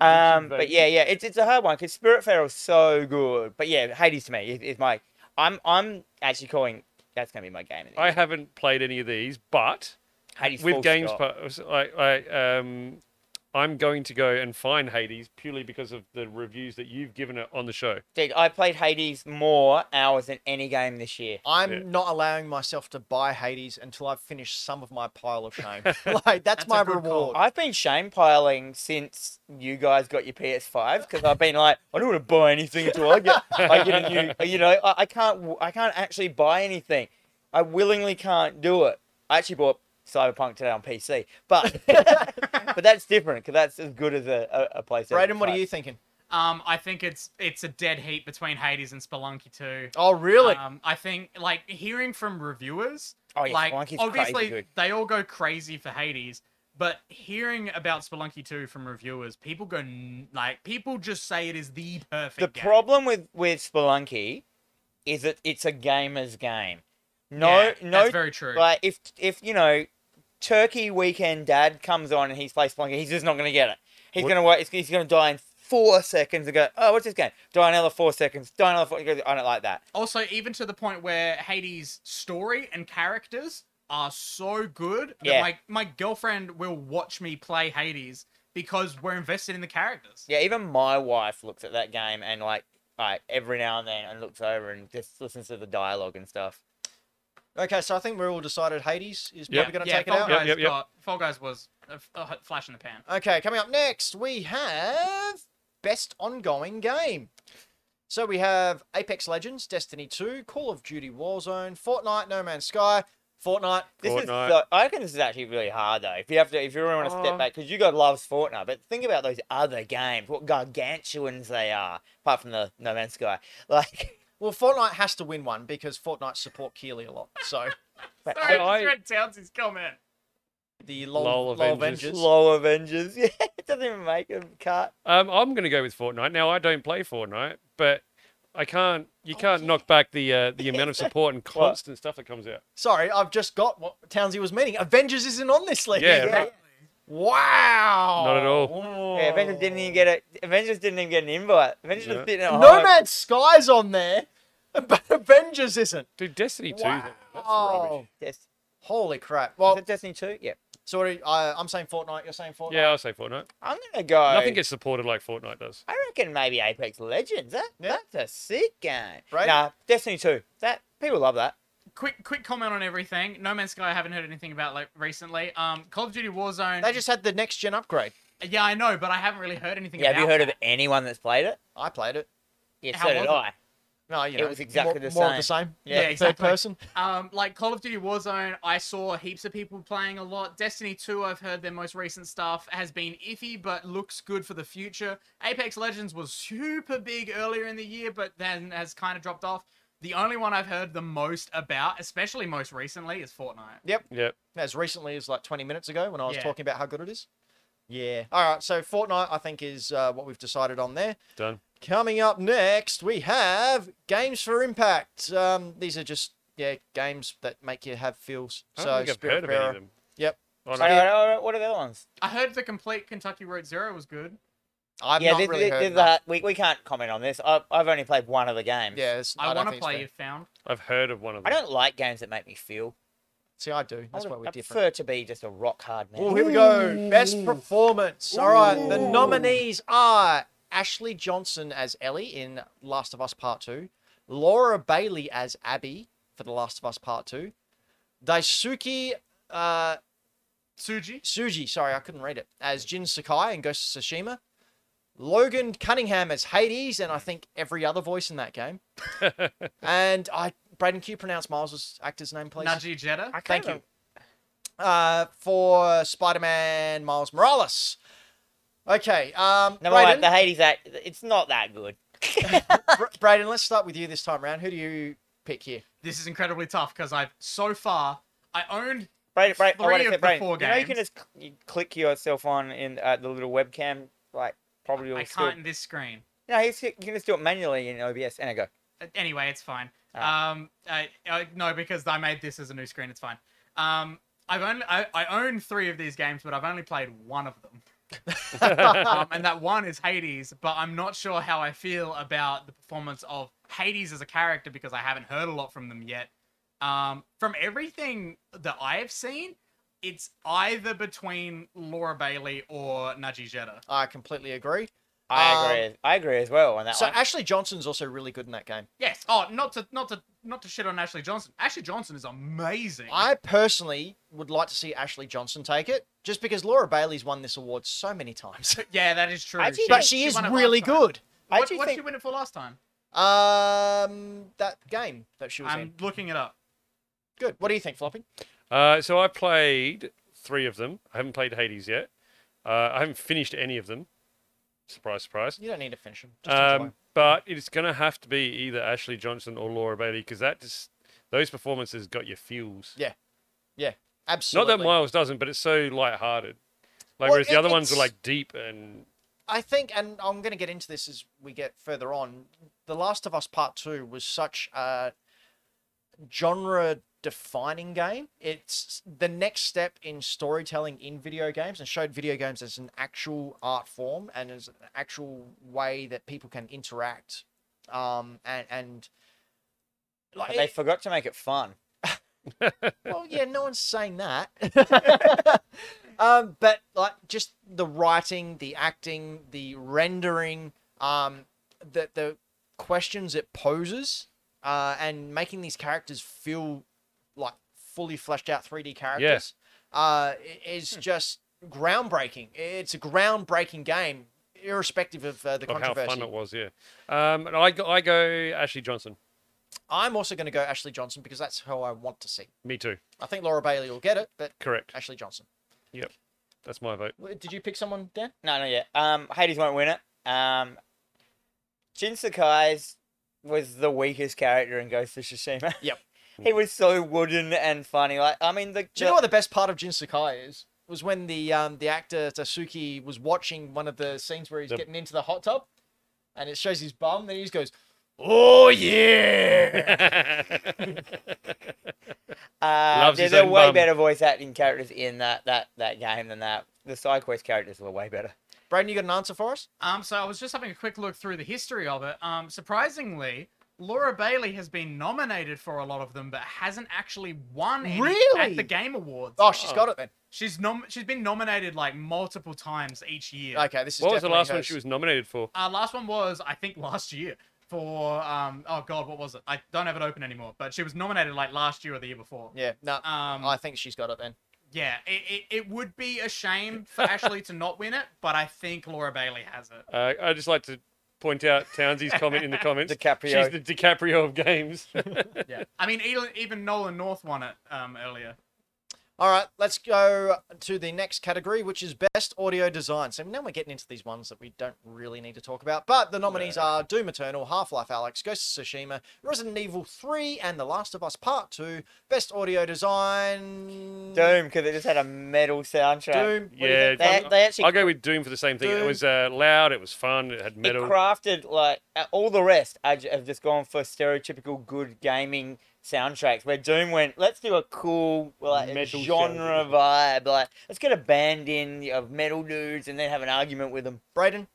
um, but yeah, yeah, it's it's a hard one because Spirit Pharaoh is so good. But yeah, Hades to me is, is my. I'm I'm actually calling. That's gonna be my game. of the
I
year.
haven't played any of these, but
Hades full
with games,
stop.
pa- I, I, um, I'm going to go and find Hades purely because of the reviews that you've given it on the show.
Dude, I played Hades more hours than any game this year.
I'm
Yeah.
not allowing myself to buy Hades until I've finished some of my pile of shame. like that's,
a
my
good call.
reward.
I've been shame piling since you guys got your PS5 because I've been like, I don't want to buy anything until I get, I get a new, you know, I, I can't, w- I can't actually buy anything. I willingly can't do it. I actually bought Cyberpunk today on PC, but but that's different because that's as good as a, a, a PlayStation.
Braden, what are
5.
you thinking?
Um, I think it's it's a dead heat between Hades and Spelunky 2.
Oh, really?
Um, I think like hearing from reviewers,
Oh, yeah,
like
Spelunky's
obviously
crazy good.
they all go crazy for Hades, but hearing about Spelunky 2 from reviewers, people go n- like people just say it is the perfect
The
game.
problem with with Spelunky is that it's a gamer's game. No,
Yeah,
no
that's very true.
Like if if you know, Turkey weekend dad comes on and he's plays Splunky, he's just not gonna get it. He's
What-
gonna wait. He's gonna die in four seconds and go, oh, what's this game? Die another four seconds. Die another four. He goes, I don't like that.
also, even to the point where Hades' story and characters are so good that
Yeah.
like my girlfriend will watch me play Hades because we're invested in the characters.
Yeah, even my wife looks at that game and like, like every now and then, and looks over and just listens to the dialogue and stuff.
Okay, so I think we're all decided Hades is
Yeah.
probably going to
yeah,
take it
Fall
out.
Guys
Yep, yep, yep.
Got, Fall Guys was a, f- a h- flash in the pan.
Okay, coming up next, we have best ongoing game. So we have Apex Legends, Destiny 2, Call of Duty Warzone, Fortnite, No Man's Sky, Fortnite.
This is
Fortnite.
so, I reckon this is actually really hard though. If you have to, if you really want to
Oh.
step back, because you got loves Fortnite, but think about those other games, what gargantuans they are, apart from the No Man's Sky. Like,
Well, Fortnite has to win one because Fortnite support Keely a lot. So
but
Sorry, I
I-
just read Townsend's comment.
the LOL,
Lol
LOL
Avengers.
Avengers.
Slow Avengers, yeah, it doesn't even make them cut.
Um, I'm going to go with Fortnite. Now I don't play Fortnite, but I can't. You
Oh,
can't knock back the uh, the amount of support and constant stuff that comes out.
Sorry, I've just got what Townsy was meaning. Avengers isn't on this list.
Yeah.
Yeah.
Wow.
Not at all.
Yeah, Avengers didn't even get it. Avengers didn't even get an invite. Avengers
Yeah.
just sitting at home.
No Man's Sky's on there, but Avengers isn't.
Dude, Destiny 2.
Wow.
That's rubbish.
Yes.
Holy crap.
Is
Well,
it Destiny 2? Yeah.
so what are you- I, I'm saying Fortnite, you're saying Fortnite?
Yeah, I'll say Fortnite.
I'm gonna go.
Nothing gets supported like Fortnite does.
I reckon maybe Apex Legends. That
Yeah.
that's a sick game.
Right?
Nah, Destiny 2. That people love that.
Quick, quick comment on everything. No Man's Sky, I haven't heard anything about like recently. Um, Call of Duty Warzone.
They just had the next gen upgrade.
yeah, I know, but I haven't really heard anything.
Yeah,
about
have you heard of
that.
anyone that's played it?
I played it.
Yeah,
How
so did
was it?
I.
No, you
It
know,
was exactly
more,
the
more of the same.
Yeah,
third
exactly.
person.
Um, like Call of Duty Warzone, I saw heaps of people playing a lot. Destiny 2, I've heard their most recent stuff has been iffy, but looks good for the future. Apex Legends was super big earlier in the year, but then has kind of dropped off. The only one I've heard the most about, especially most recently, is Fortnite.
Yep.
As recently as like 20 minutes ago when I was
Yeah.
talking about how good it is. Yeah. All right. So Fortnite, I think, is uh, what we've decided on there.
Done.
Coming up next, we have games for impact. Um, these are just yeah games that make you have feels.
I
so
don't think I've
Spirit
heard of any
Bearer.
of them.
Yep.
Oh,
Alright,
no.
alright, alright, uh, what are the other ones?
I heard the complete Kentucky Road Zero was good.
I've
yeah,
not
this,
really
this,
heard.
this is
much.
a- we, we can't comment on this. I've, I've only played one of the games.
yeah, it's,
I,
don't
want to
think it's
play
fair.
If Found.
I've heard of one of
I
them.
don't like games that make me feel.
See, I do. That's
I,
why
would-
we're
I
different.
prefer to be just a rock hard man.
Oh, here we go. Best performance. All right. The nominees are Ashley Johnson as Ellie in Last of Us Part 2, Laura Bailey as Abby for The Last of Us Part 2, Daisuke uh,
Suji.
Suji, sorry, I couldn't read it, as Jin Sakai in Ghost of Tsushima, Logan Cunningham as Hades, and I think every other voice in that game. and I, Braden, can you pronounce Miles' actor's name, please?
Naji Jeddah.
I can't
Thank you.
remember-
Uh, for Spider-Man Miles Morales. Okay, um,
Number one,
Brayden,
the Hades act. It's not that good.
Br- Brayden, let's start with you this time round. Who do you pick here?
This is incredibly tough because I've so far I owned
Brady, Brady,
Three
I want
of
to
the
say, Brady,
four
you know you can
games.
just cl- you click yourself on in uh, the little webcam, like probably.
I
will
can't
still-
in this screen.
No, he's, you can just do it manually in OBS. And I go.
Uh, Anyway, it's fine.
Ah.
Um, I, I, no, because I made this as a new screen. It's fine. Um, I've only I, I own three of these games, but I've only played one of them, um, and that one is Hades. But I'm not sure how I feel about the performance of Hades as a character because I haven't heard a lot from them yet. Um, from everything that I have seen, it's either between Laura Bailey or Naji Jeddah.
I completely agree.
I
Um,
agree. as- I agree as well on that
so
one.
Ashley Johnson's also really good in that game.
Yes. Oh, not to not to not to shit on Ashley Johnson. Ashley Johnson is amazing.
I personally would like to see Ashley Johnson take it, just because Laura Bailey's won this award so many times.
Yeah, that is true.
Actually,
but she is
won it last
really
time.
good.
I
What,
do
what did
think-
she win it for last time?
Um, that game that she was
I'm
in.
looking it up.
Good. What do you think, Floppy?
Uh, so I played three of them. I haven't played Hades yet. Uh, I haven't finished any of them. Surprise, surprise.
You don't need to finish him. Just enjoy.
Um, but it's going to have to be either Ashley Johnson or Laura Bailey because that just those performances got your feels.
Absolutely.
Not that Miles doesn't, but it's so light-hearted. Like
Well,
whereas
it-
the other ones are
it's-
like deep and
I think, and I'm going to get into this as we get further on. The Last of Us Part Two was such a genre-defining game. It's the next step in storytelling in video games, and showed video games as an actual art form and as an actual way that people can interact. Um, and and like,
But they forgot to make it fun.
well, yeah, no one's saying that. Um, but like just the writing, the acting, the rendering, um, the the questions it poses, uh, and making these characters feel like fully fleshed out 3D characters, uh, i- is
Hmm.
just groundbreaking. It's a groundbreaking game, irrespective of uh, the
Of how
controversy.
fun it was, yeah. Um, and I go, I go Ashley Johnson.
I'm also going to go Ashley Johnson because that's who I want to see.
Me too.
I think Laura Bailey will get it, but
Correct.
Ashley Johnson.
That's my vote.
W- Did you pick someone, Dan?
No, not yet. Um, Hades won't win it. Um, Jin Sakai's was the weakest character in Ghost of Tsushima.
Yep.
he was so wooden and funny. Like, I mean, the,
Do you know what the best part of Jin Sakai is? Was when the um, the actor Tatsuki was watching one of the scenes where he's
The-
getting into the hot tub, and it shows his bum. Then he just goes, "Oh yeah!"
the, uh,
Loves
there,
his
there are
own
way
bum.
better voice acting characters in that that that game than that. The side quest characters were way better.
Braden, you got an answer for us?
Um, so I was just having a quick look through the history of it. Um, surprisingly, Laura Bailey has been nominated for a lot of them, but hasn't actually won any
Really?
at the Game Awards.
Oh, she's
Oh.
got it then.
She's nom- she's been nominated like multiple times each year.
Okay, this is.
What was the
definitely
last one
hers.
she was nominated for?
Uh, last one was I think last year for um oh god what was it? I don't have it open anymore, but she was nominated like last year or the year before.
Yeah, no,
Um,
I think she's got it then.
yeah, it, it, it would be a shame for Ashley to not win it, but I think Laura Bailey has it.
Uh, I just like to point out Townsie's comment in the comments.
DiCaprio.
She's the DiCaprio of games.
Yeah, I mean even, even Nolan North won it um earlier.
All right, let's go to the next category, which is best audio design. So now we're getting into these ones that we don't really need to talk about. But the nominees are Doom Eternal, Half Life Alex, Ghost of Tsushima, Resident Evil 3, and The Last of Us Part 2. Best audio design.
Mm.
Doom, because it just had a metal soundtrack.
Doom. what do you
yeah,
think?
They, they actually
I'll go with Doom for the same thing.
Doom.
It was uh, loud. It was fun. It had metal.
It crafted like uh, all the rest. I j- have just gone for stereotypical good gaming soundtracks. Where Doom went, let's do a cool like
Metal
genre
soundtrack.
vibe. Like let's get a band in of metal dudes and then have an argument with them.
Braden.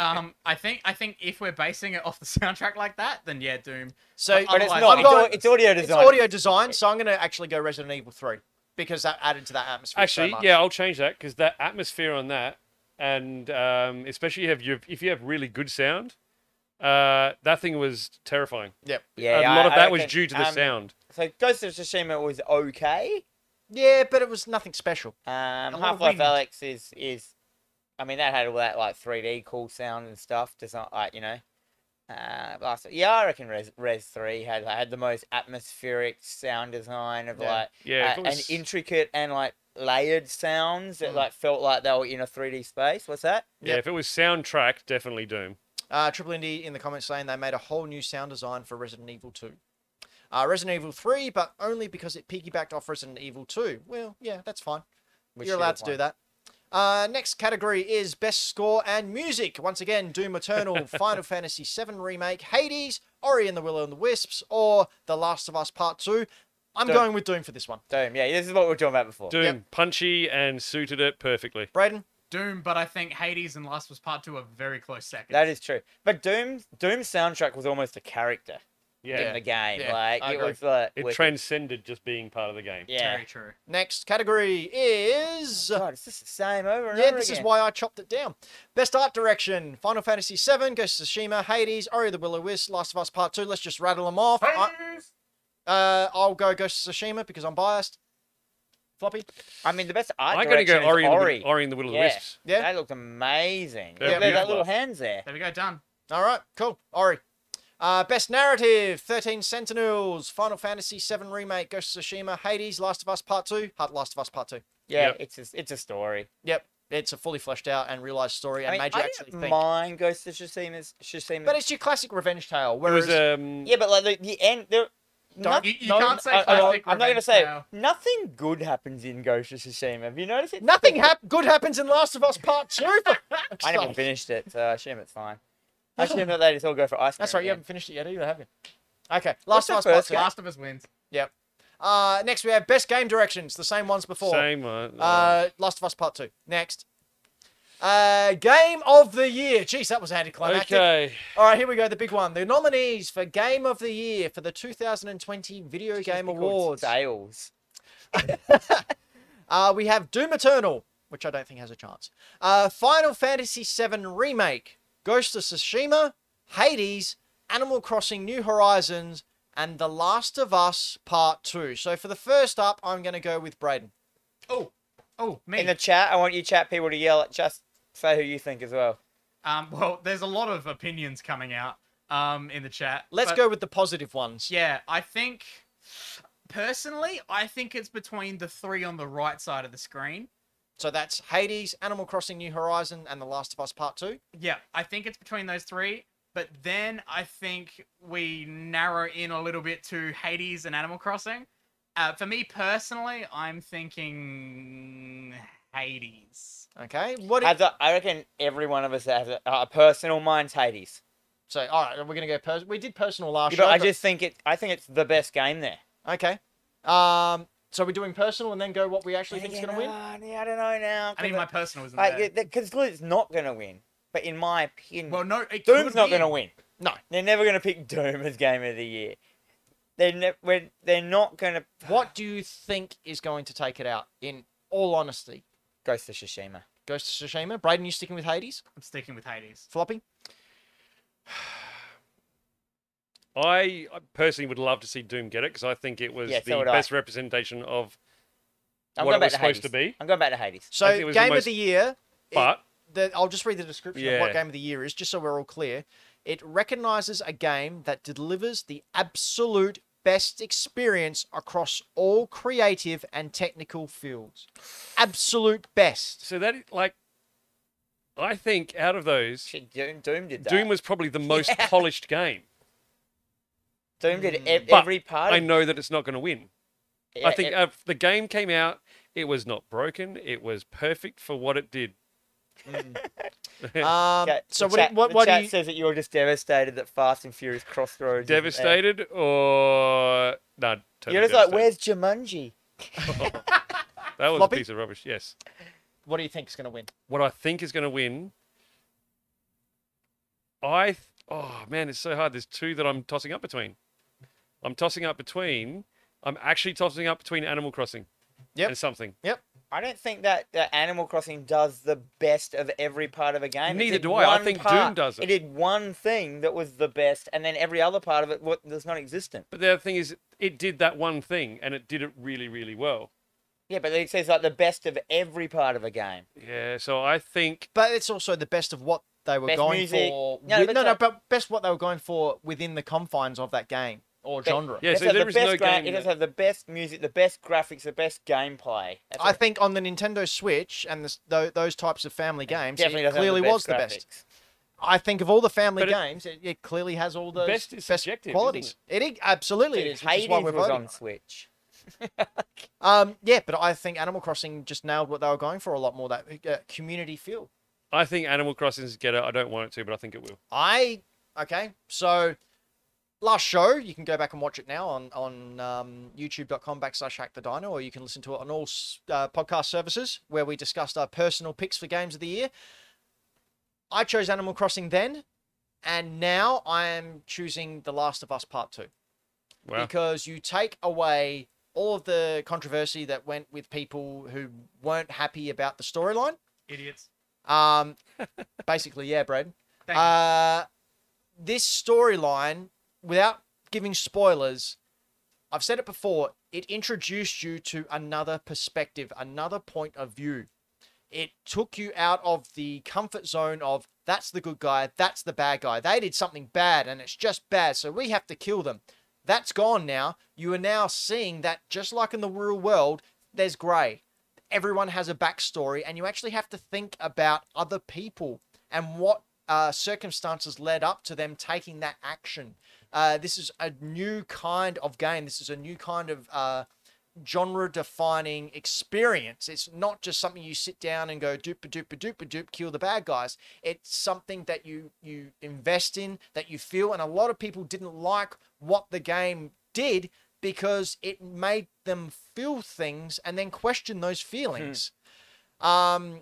Um, I think I think if we're basing it off the soundtrack like that, then yeah, Doom.
So
But it's
Otherwise-
not.
I'm
It's, au-
going-
it's audio
it's
design.
audio design, so I'm going to actually go Resident Evil 3 because that added to that atmosphere. so
Actually,
much.
yeah, I'll change that because that atmosphere on that, and um, especially if you if you have really good sound, uh, that thing was terrifying.
Yep.
Yeah,
a
yeah,
lot
I-
of
I
that was
reckon,
due to the
um,
sound.
So Ghost of Tsushima was okay.
Yeah, but it was nothing special.
Um,
of
Half Life
wind.
Alex is is, I mean that had all that like 3D cool sound and stuff. Does not like you know. Uh, last, yeah, I reckon Res, Res Three had had the most atmospheric sound design of
Yeah.
like
Yeah, if
uh,
it
and
was-
intricate and like layered sounds that
Mm.
like felt like they were in a 3D space. What's that?
Yeah, if it was soundtrack, definitely Doom.
Uh, Triple Indie in the comments saying they made a whole new sound design for Resident Evil 2. Uh, Resident Evil 3, but only because it piggybacked off Resident Evil 2. Well, yeah, that's fine.
We
You're
should've
allowed to do
won.
that. Uh, next category is Best Score and Music. Once again, Doom Eternal, Final Fantasy VII Remake, Hades, Ori and the Will and the Wisps, or The Last of Us Part 2. I'm
Doom.
going with Doom for this one.
Doom. Yeah, this is what we were talking about before.
Doom, punchy and suited it perfectly.
Braden?
Doom, but I think Hades and Last was Part Two are very close seconds.
That is true. But Doom Doom's soundtrack was almost a character
Yeah,
in the game.
Yeah,
like
I
it
agree.
was like
it
wicked.
transcended just being part of the game.
yeah.
very true.
Next category is.
God, it's just the same over and
Yeah,
over
this is
again.
why I chopped it down. Best art direction: Final Fantasy VII, Ghost of Tsushima, Hades, Ori the Will O Wisp, Last of Us Part Two. Let's just rattle them off. I, uh, I'll go Ghost of Tsushima because I'm biased. Floppy.
I mean, the best art
I'm gonna
direction
go
is
Ori, and the Wi-
Ori.
Ori and the Will of the
Yeah.
Wisps.
Yeah.
That looked amazing.
They're
Look, they got
beautiful.
little hands there.
There we go, done.
All right, cool. Ori. Uh, best narrative: Thirteen Sentinels, Final Fantasy VII Remake, Ghost of Tsushima, Hades, Last of Us Part Two, Ha- Last of Us Part Two.
Yeah,
Yep.
it's a, it's a story.
Yep, it's a fully fleshed out and realized story and
I mean,
made you
I
actually
didn't
think.
mind Ghost of Tsushima. Tsushima.
But it's your classic revenge tale.
It
Whereas
was um,
yeah, but like the, the end, there.
Don't-
You, you
no-
can't say
I,
classic.
am uh, not gonna
revenge
say
now.
nothing good happens in Ghost of Tsushima. Have you noticed it?
nothing hap- good happens in Last of Us Part Two. for fuck's
I never
sake.
finished it, so I assume it's fine. I assume that they just all go for ice cream.
That's right.
at
You
the
haven't
end.
finished it yet either, have you? Okay. Last
What's
of
the
Us Part
first
Two.
game?
Last of Us wins.
Yep. Uh, next we have best game directions, the same ones before.
same one.
Uh, Last of Us Part Two. Next. Uh, game of the year. Jeez, that was anticlimactic.
okay.
All right, here we go. The big one. The nominees for Game of the Year for the 2020 Video
It's
Game
called
Awards.
Sales.
Uh, we have Doom Eternal, which I don't think has a chance. Uh, Final Fantasy VII Remake, Ghost of Tsushima, Hades, Animal Crossing New Horizons, and The Last of Us Part 2. So for the first up, I'm going to go with Braden.
Oh, oh, me.
In the chat, I want you chat people to yell at just say who you think as well.
um, well, there's a lot of opinions coming out um in the chat.
Let's
but-
go with the positive ones.
Yeah, I think personally, I think it's between the three on the right side of the screen.
So that's Hades, Animal Crossing New Horizon, and The Last of Us Part 2.
Yeah, I think it's between those three. But then I think we narrow in a little bit to Hades and Animal Crossing. Uh, for me personally, I'm thinking Hades.
Okay. What?
I,
If,
th- I reckon every one of us has a, uh, a personal mine's Hades.
so all right, we're going to go. Pers- we did personal last.
Yeah, but
show,
I just think it. I think it's the best game there.
Okay. Um. So we're doing personal and then go what we actually think is going to win.
Yeah, I don't know now.
I mean, my personal isn't there.
because Luke's not gonna win. But in my opinion,
Well, no, it
Doom's
could
not
win.
gonna win.
No.
They're never gonna pick Doom as game of the year. They're ne- we're- they're not gonna
What do you think is going to take it out? In all honesty,
Ghost of Tsushima.
Ghost of Tsushima. Braden, you sticking with Hades?
I'm sticking with Hades.
Floppy.
I personally would love to see Doom get it because I think it was
Yeah, so
the
would I.
best representation of.
I'm
What
going
it
back
was
to
supposed
Hades.
to be.
I'm going back to Hades.
So
think
game
it was the
of
most-
the year. it-
But
the, I'll just read the description of what
Yeah.
game of the year is, just so we're all clear. It recognizes a game that delivers the absolute best experience across all creative and technical fields. Absolute best.
so that like, I think out of those,
Shit, Doom, Doom did that.
Doom was probably the most
Yeah.
polished game.
Doom did ev-
But
every part. e,
I know that it's not going to win.
yeah,
I think
ev-
uh, the game came out. It was not broken. It was perfect for what it did.
Mm. Ah,
Um,
yeah,
so
the
what, do you-
chat,
what,
the
what do
chat
you?
says that you're just devastated that Fast and Furious Crossroads. isn't there.
Devastated or no? Totally
You're just like,
devastated.
where's Jumanji?
that was
Floppy?
a piece of rubbish. Yes.
What do you think is going to win?
What I think is going to win. I th- oh man, it's so hard. There's two that I'm tossing up between. I'm tossing up between. I'm actually tossing up between Animal Crossing.
Yep.
And something.
I don't think that, that Animal Crossing does the best of every part of a game. It
Neither
did
do I. I
one
think Doom
part-
does it.
It did one thing that was the best, and then every other part of it wa- was non-existent.
But the other thing is, it did that one thing, and it did it really, really well.
Yeah, but it says like the best of every part of a game.
Yeah. So I think
But it's also the best of what they were
Best
going
music.
for.
No,
with-
but
no,
it's
no,
like-
but best what they were going for within the confines of that game or
But-
genre.
Yeah,
It
so
has
there
the
is no
best gra-
game
It does
that-
have the best music, the best graphics, the best gameplay. That's
I
what-
think on the Nintendo Switch and the, tho- those types of family games, it
definitely doesn't have
clearly was the best.
graphics.
I think of all the family
But it-
games, it, it clearly has all those
Best is subjective, isn't
qualities. It? is- absolutely
Dude,
it is, which
Hades
is why we're
was
voting.
on Switch.
Um, yeah, but I think Animal Crossing just nailed what they were going for a lot more that uh, community feel.
I think Animal Crossing is get it. I don't want it to, but I think it will.
I okay, so last show you can go back and watch it now on on um, YouTube.com backslash Hack the Dino, or you can listen to it on all s- uh, podcast services where we discussed our personal picks for games of the year. I chose Animal Crossing then, and now I am choosing The Last of Us Part Two.
Wow.
because you take away all of the controversy that went with people who weren't happy about the storyline.
Idiots.
Um, basically, yeah, Braden.
Thank you.
Uh, this storyline, without giving spoilers, I've said it before, it introduced you to another perspective, another point of view. It took you out of the comfort zone of that's the good guy, that's the bad guy. They did something bad and it's just bad, so we have to kill them. That's gone now. You are now seeing that just like in the real world, there's grey. Everyone has a backstory, and you actually have to think about other people and what uh, circumstances led up to them taking that action. Uh, this is a new kind of game. This is a new kind of uh, genre defining experience. It's not just something you sit down and go doop a doop a doop a doop kill the bad guys. It's something that you you invest in that you feel and a lot of people didn't like what the game did because it made them feel things and then question those feelings.
Hmm.
Um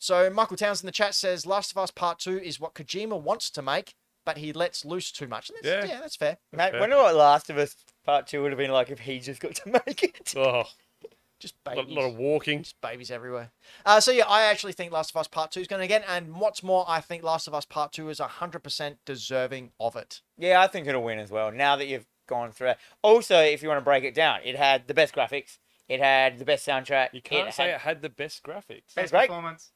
so Michael Towns in the chat says Last of Us Part 2 is what Kojima wants to make but he lets loose too much. And that's,
Yeah.
yeah, that's fair.
Mate,
fair.
wonder what Last of Us Part Two would have been like if he just got to make it.
Oh,
Just
A
babies.
lot, lot of walking.
Just babies everywhere. Uh, so yeah, I actually think Last of Us Part Two is going to get, and what's more, I think Last of Us Part Two is hundred percent deserving of it.
Yeah, I think it'll win as well. Now that you've gone through it. Also, if you want to break it down, it had the best graphics. It had the best soundtrack.
You can't say
had,
it had the best graphics.
Best
Right.
performance.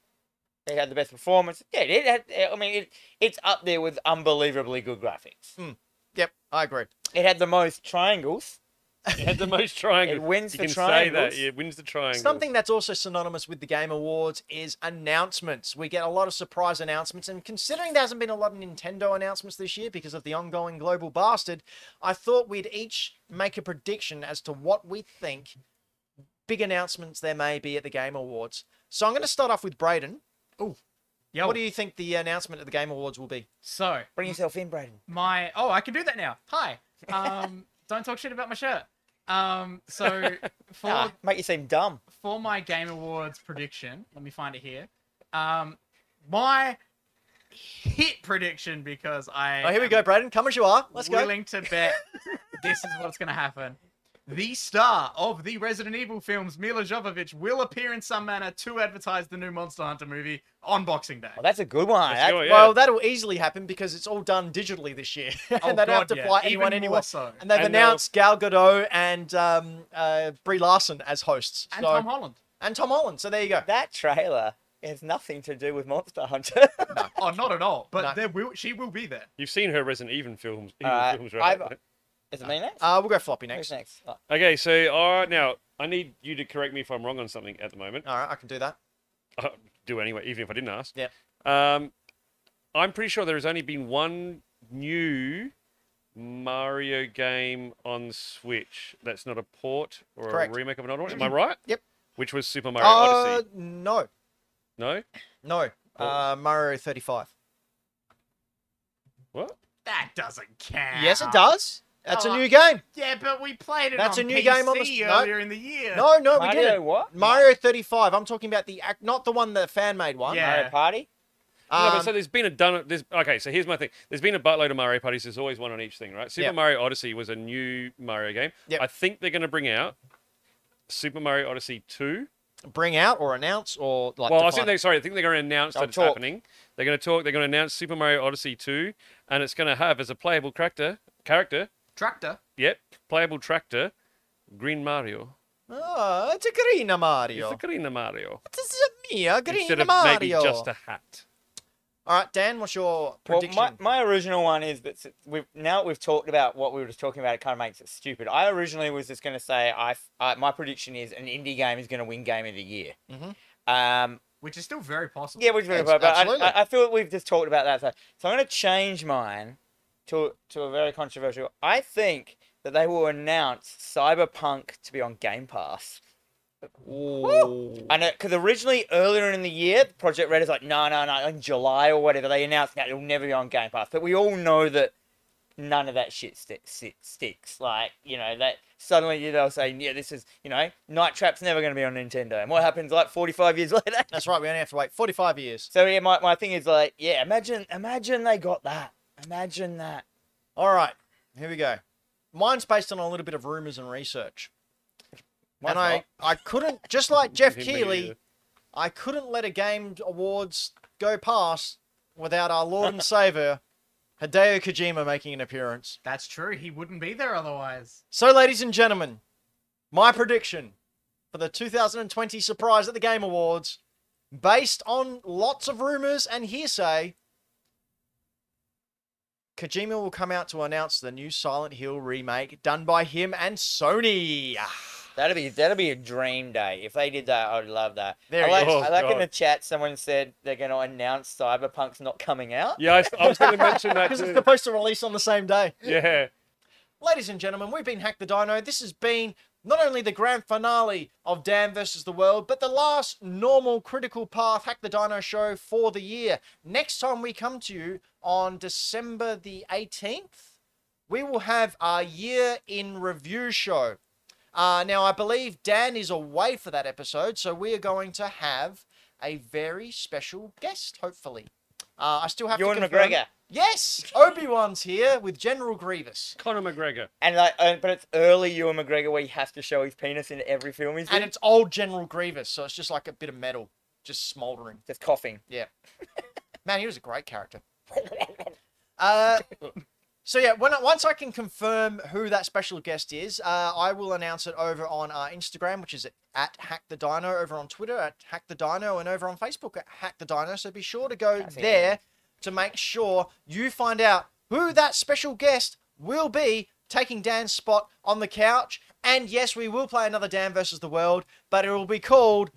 it had the best performance. Yeah, it had. I mean, it, it's up there with unbelievably good graphics.
Yep, I agree.
It had the most triangles.
It had the most triangles.
It wins
you
the
can
triangles.
say that. It wins the triangle.
Something that's also synonymous with the Game Awards is announcements. We get a lot of surprise announcements, and considering there hasn't been a lot of Nintendo announcements this year because of the ongoing global bastard, I thought we'd each make a prediction as to what we think big announcements there may be at the Game Awards. So I'm going to start off with Braden.
Yo. Oh.
What do you think the announcement at the Game Awards will be?
so
Bring yourself in, Braden.
my oh I can do that now. Hi. Um, don't talk shit about my shirt. Um, so for
Nah, make you seem dumb.
for my Game Awards prediction, let me find it here. Um, my hit prediction because I
Oh, here we
am
go, Braden. Come as you are. Let's go.
willing to bet this is what's going to happen. The star of the Resident Evil films, Mila Jovovich, will appear in some manner to advertise the new Monster Hunter movie on Boxing Day.
Well, Oh, that's a good one.
Let's
That's-
go, yeah.
Well, that'll easily happen because it's all done digitally this year, and
Oh,
they don't have
God,
to
yeah.
fly
Even
anyone
more
anywhere.
so.
And they've
And they'll-
announced Gal Gadot and um, uh, Brie Larson as hosts.
and
so,
Tom Holland.
and Tom Holland. So there you go.
that trailer has nothing to do with Monster Hunter.
Oh, not at all. But
No.
there will she will be there.
You've seen her Resident Evil films, Evil
Alright,
films right?
I've- Is it me next?
Uh, we'll go floppy next.
Who's next? Oh,
Okay, so uh, now I need you to correct me if I'm wrong on something at the moment.
All right, I can do that.
I do anyway, even if I didn't ask.
Yep.
Um, I'm pretty sure there has only been one new Mario game on Switch that's not a port or
Correct. Mm-hmm.
a remake of an old one. Am I right?
Yep.
Which was Super Mario
Uh,
Odyssey.
no,
No?
no. Uh, Mario 35.
What?
That doesn't count.
Yes, it does. That's
Oh,
a new game.
Yeah, but we played it.
That's
on
a new
PC
game on the- no.
earlier in the year.
No, no, we
Mario
didn't.
what?
Mario 35. I'm talking about the act, not the one the fan made one.
Yeah.
Mario Party?
no,
Um,
but so there's been a done. There's, okay, so here's my thing. There's been a buttload of Mario parties. There's always one on each thing, right? Super
Yep.
Mario Odyssey was a new Mario game.
Yep.
I think they're going to bring out Super Mario Odyssey 2.
bring out or announce or like.
Well, I
define
think
it.
they sorry, I think they're going to announce
They'll
that it's
talk.
happening. They're going to talk. They're going to announce Super Mario Odyssey 2, and it's going to have as a playable character, character,
Tractor.
yep, playable tractor, Green Mario.
Oh, it's a green Mario.
It's the Green Mario
This is a mia green
instead of
Mario.
maybe just a hat.
All right, Dan, what's your
Well,
prediction?
my, my original one is that s- we've now that we've talked about what we were just talking about. It kind of makes it stupid. I originally was just going to say I, f- I- my prediction is an indie game is going to win Game of the Year.
Mhm.
Um,
Which is still very possible.
yeah, which
Abs-
but I,
absolutely.
I, I feel that we've just talked about that. So, so I'm going to change mine to to a very controversial. I think that they will announce Cyberpunk to be on Game Pass. I know because uh, originally earlier in the year, Project Red is like, no, no, no, in July or whatever, they announced that it'll never be on Game Pass. But we all know that none of that shit sti- si- sticks. Like, you know, that suddenly they'll say, yeah, this is, you know, Night Trap's never going to be on Nintendo. And what happens like 45 years later?
That's right. We only have to wait 45 years.
So yeah, my, my thing is like, yeah, imagine, imagine they got that. Imagine that.
All right, here we go. Mine's based on a little bit of rumors and research,
Mine's
and I,
not.
I couldn't just like Jeff
Me
Keeley,
neither.
I couldn't let a game awards go past without our Lord and Savior Hideo Kojima making an appearance.
That's true. He wouldn't be there otherwise.
So, ladies and gentlemen, my prediction for the 2020 surprise at the Game Awards, based on lots of rumors and hearsay, Kojima will come out to announce the new Silent Hill remake done by him and Sony.
That'd be that'd be a dream day. If they did that, I'd love that.
There
I
you Oh,
like,
go.
I like in
God.
the chat someone said they're gonna announce Cyberpunk's not coming out.
Yeah, I, s- I was going to mention that
Because it's
too.
supposed to release on the same day.
Yeah,
Ladies and gentlemen, we've been Hack the Dino. This has been not only the grand finale of Dan versus the World, but the last normal critical path Hack the Dino show for the year. Next time we come to you on December the 18th, we will have our year in review show. Uh, now, I believe Dan is away for that episode, so we are going to have a very special guest, hopefully. Uh, I still have
Ewan
to confirm.
McGregor.
Yes, Obi Wan's here with General Grievous,
Conor McGregor.
And like, uh, but it's early Ewan McGregor where he has to show his penis in every film he's
and
in.
it's old General Grievous, so it's just like a bit of metal, just smouldering.
Just coughing.
Yeah, man, he was a great character. Uh, so yeah, when I, once I can confirm who that special guest is, uh, I will announce it over on our Instagram, which is at Hack the Dino, over on Twitter at Hack the Dino, and over on Facebook at Hack the Dino. So be sure to go
That's it.
there to make sure you find out who that special guest will be taking Dan's spot on the couch. And yes, we will play another Dan versus the world, but it will be called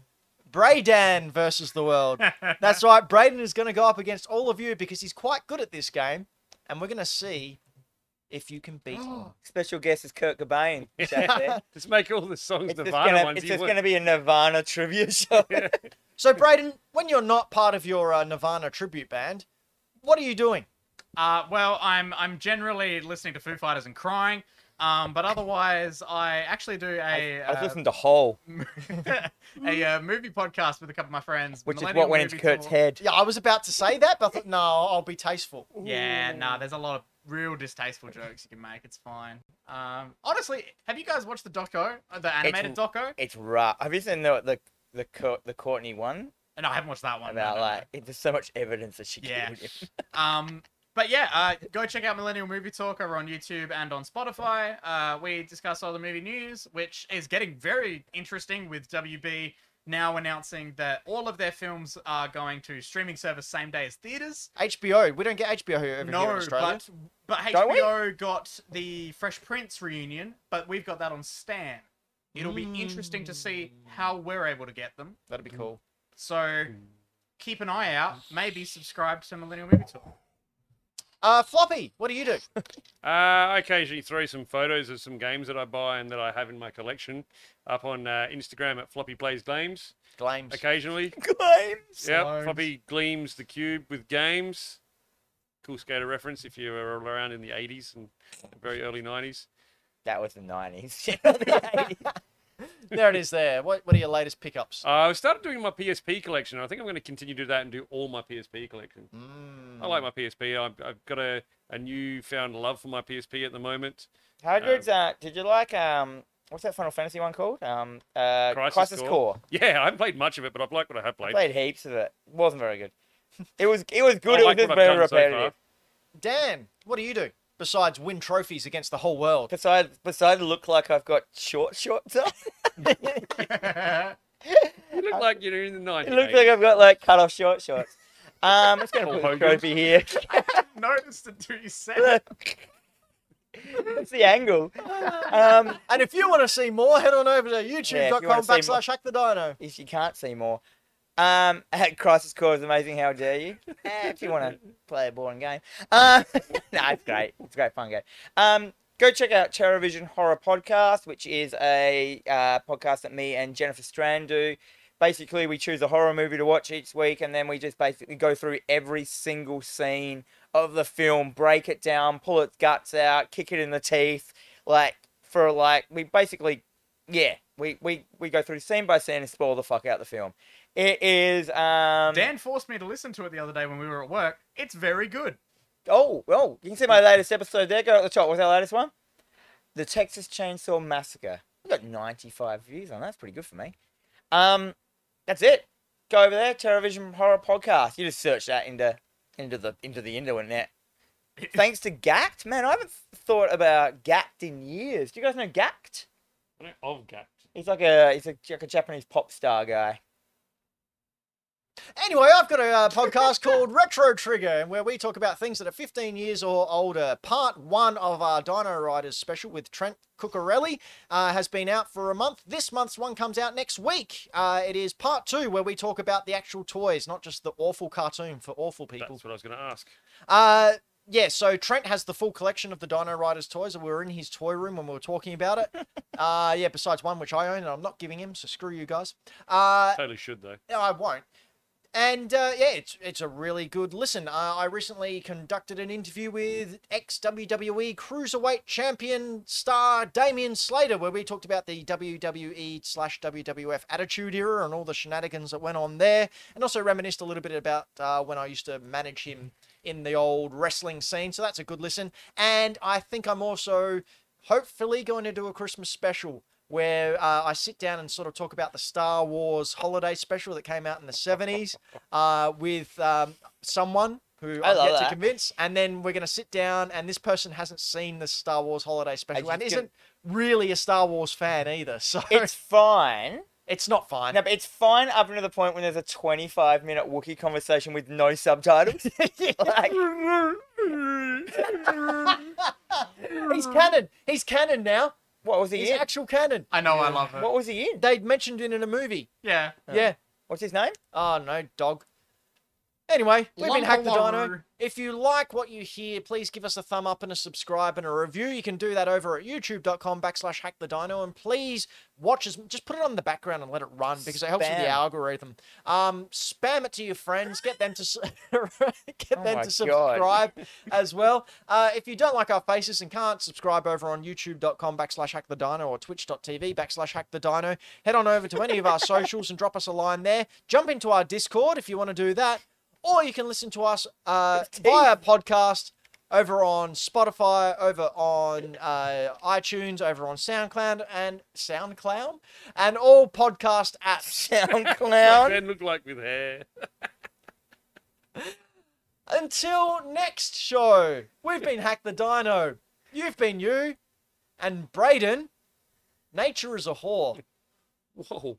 Bray Dan versus the world. That's right. Braden is going to go up against all of you because he's quite good at this game, and we're going to see if you can beat him.
Special guest is Kurt Cobain. It's out there.
Just make all the songs
It's just
Nirvana
gonna,
ones.
it's
he
just
wa-
gonna be a Nirvana trivia show.
So, Braden, when you're not part of your uh, Nirvana tribute band, what are you doing?
Uh, well, I'm I'm generally listening to Foo Fighters and crying, um, but otherwise I actually do a
I was
uh,
listening to Hole,
a uh, movie podcast with a couple of my friends.
which is
Millennial
what went into
Movie
Kurt's
Talk.
head.
Yeah, I was about to say that, but I thought, no, I'll be tasteful.
Yeah, nah, there's a lot of real distasteful jokes you can make. It's fine. Um, honestly, have you guys watched the doco, uh, the animated doco?
It's rough. Have you seen the the the, Cour- the Courtney one
No, I haven't watched that one. no,
about
no, no.
like it- there's so much evidence that she
Yeah.
killed him.
Um, but yeah, uh, go check out Millennial Movie Talk over on YouTube and on Spotify. Uh, we discuss all the movie news, which is getting very interesting with WB now announcing that all of their films are going to streaming service same day as theaters.
HBO. We don't get HBO here over here in
No,
Australia.
but but
Don't we?
HBO got the Fresh Prince reunion, but we've got that on Stan. It'll be interesting to see how we're able to get them.
That'd be cool.
So
Hmm.
keep an eye out. Maybe subscribe to Millennial Movie Talk.
Uh, Floppy, what do you do?
Uh, I occasionally throw some photos of some games that I buy and that I have in my collection up on uh, Instagram at Floppy Plays Games.
Glames.
Occasionally,
Claims.
yeah,
Slimes.
Floppy gleams the cube with games. Cool skater reference if you were around in the 80s and very early 90s.
That was the 90s. The 80s.
There it is. There. What What are your latest pickups?
Uh, I started doing my PSP collection. and I think I'm going to continue to do that and do all my PSP collection.
Mm.
I like my PSP. I've, I've got a, a newfound love for my PSP at the moment.
How did uh, did you like um what's that Final Fantasy one called? Um uh
Crisis
Crisis,
Core.
Core.
Yeah, I haven't played much of it, but I've liked what I have
I
played.
played heaps of it. Wasn't very good. It was it was good.
I
it was
like
just
what I've
very
done so far.
repetitive.
Dan, what do you do besides win trophies against the whole world?
besides besides look like I've got short shorts on. it
You look like you're in the 90s.
looks uh, like I've got like cut off short shorts. Um, I'm just gonna
Paul
put
Hogan's.
the trophy here.
noticed until you said it.
Look. That's the angle. Um,
And if you want to see more, head on over to youtube.com
wanna see more-
backslash hack the dino.
if you can't see more. Um, at Crisis Core is amazing. How dare you? Eh, if you want to play a boring game, uh, no, it's great. It's a great fun game. Um, go check out Terrorvision Horror Podcast, which is a uh, podcast that me and Jennifer Strand do. Basically, we choose a horror movie to watch each week, and then we just basically go through every single scene of the film, break it down, pull its guts out, kick it in the teeth, like for like we basically yeah, we, we, we go through scene by scene and spoil the fuck out the film. It is um
Dan forced me to listen to it the other day when we were at work. It's very good.
Oh, oh, you can see my latest episode there. Go at the top. What's our latest one? The Texas Chainsaw Massacre. We got ninety five views on that. That's pretty good for me. Um, that's it. Go over there, Terrorvision Horror Podcast. You just search that into into the into the internet. Thanks to Gact, man. I haven't thought about Gact in years. Do you guys know Gact?
I've got.
He's like a he's a, like a Japanese pop star guy.
Anyway, I've got a uh, podcast called Retro Trigger, where we talk about things that are 15 years or older. Part one of our Dino Riders special with Trent Cuccarelli uh, has been out for a month. This month's one comes out next week. Uh, it is part two, where we talk about the actual toys, not just the awful cartoon for awful people.
That's what I was going to ask.
Uh, yeah, so Trent has the full collection of the Dino Riders toys, and we were in his toy room when we were talking about it. uh, yeah, besides one which I own and I'm not giving him, so screw you guys. Uh,
Totally should though.
no, I won't. And uh, yeah, it's it's a really good listen. Uh, I recently conducted an interview with ex WWE Cruiserweight Champion star Damian Slater, where we talked about the WWE slash WWF Attitude Era and all the shenanigans that went on there, and also reminisced a little bit about uh, when I used to manage him in the old wrestling scene. So that's a good listen. And I think I'm also hopefully going to do a Christmas special where uh, I sit down and sort of talk about the Star Wars holiday special that came out in the 70s uh, with um, someone who
I
I've
love
yet to
that.
convince. And then we're going to sit down, and this person hasn't seen the Star Wars holiday special
just
and
get-
isn't really a Star Wars fan either. So
It's fine.
it's not fine.
No, but it's fine up until the point when there's a 25 minute Wookiee conversation with no subtitles. like,
He's canon. He's canon now.
what was he
He's
in?
actual canon.
I know "Oh, I love her.
What was he in?
They mentioned it in a movie.
yeah.
Yeah.
What's his name?
Oh no, dog. Anyway, we've been Hack the Dino.
Lumbaloo.
If you like what you hear, please give us a thumb up and a subscribe and a review. You can do that over at youtube.com backslash hack the dino. And please watch us. Just put it on the background and let it run because it helps with the
Spam.
algorithm. Um, spam it to your friends. Get them to s- get
Oh
them
my
to
God.
subscribe as well. Uh, if you don't like our faces and can't subscribe over on youtube.com backslash hack the dino or twitch.tv backslash hack the dino, head on over to any of our socials and drop us a line there. Jump into our Discord if you want to do that. Or you can listen to us uh, via podcast over on Spotify, over on uh, iTunes, over on SoundCloud and SoundCloud and all podcast apps.
Sound clown.
Men look like with hair.
Until next show, we've been Hack the Dino. You've been you. And Brayden, nature is a whore.
Whoa.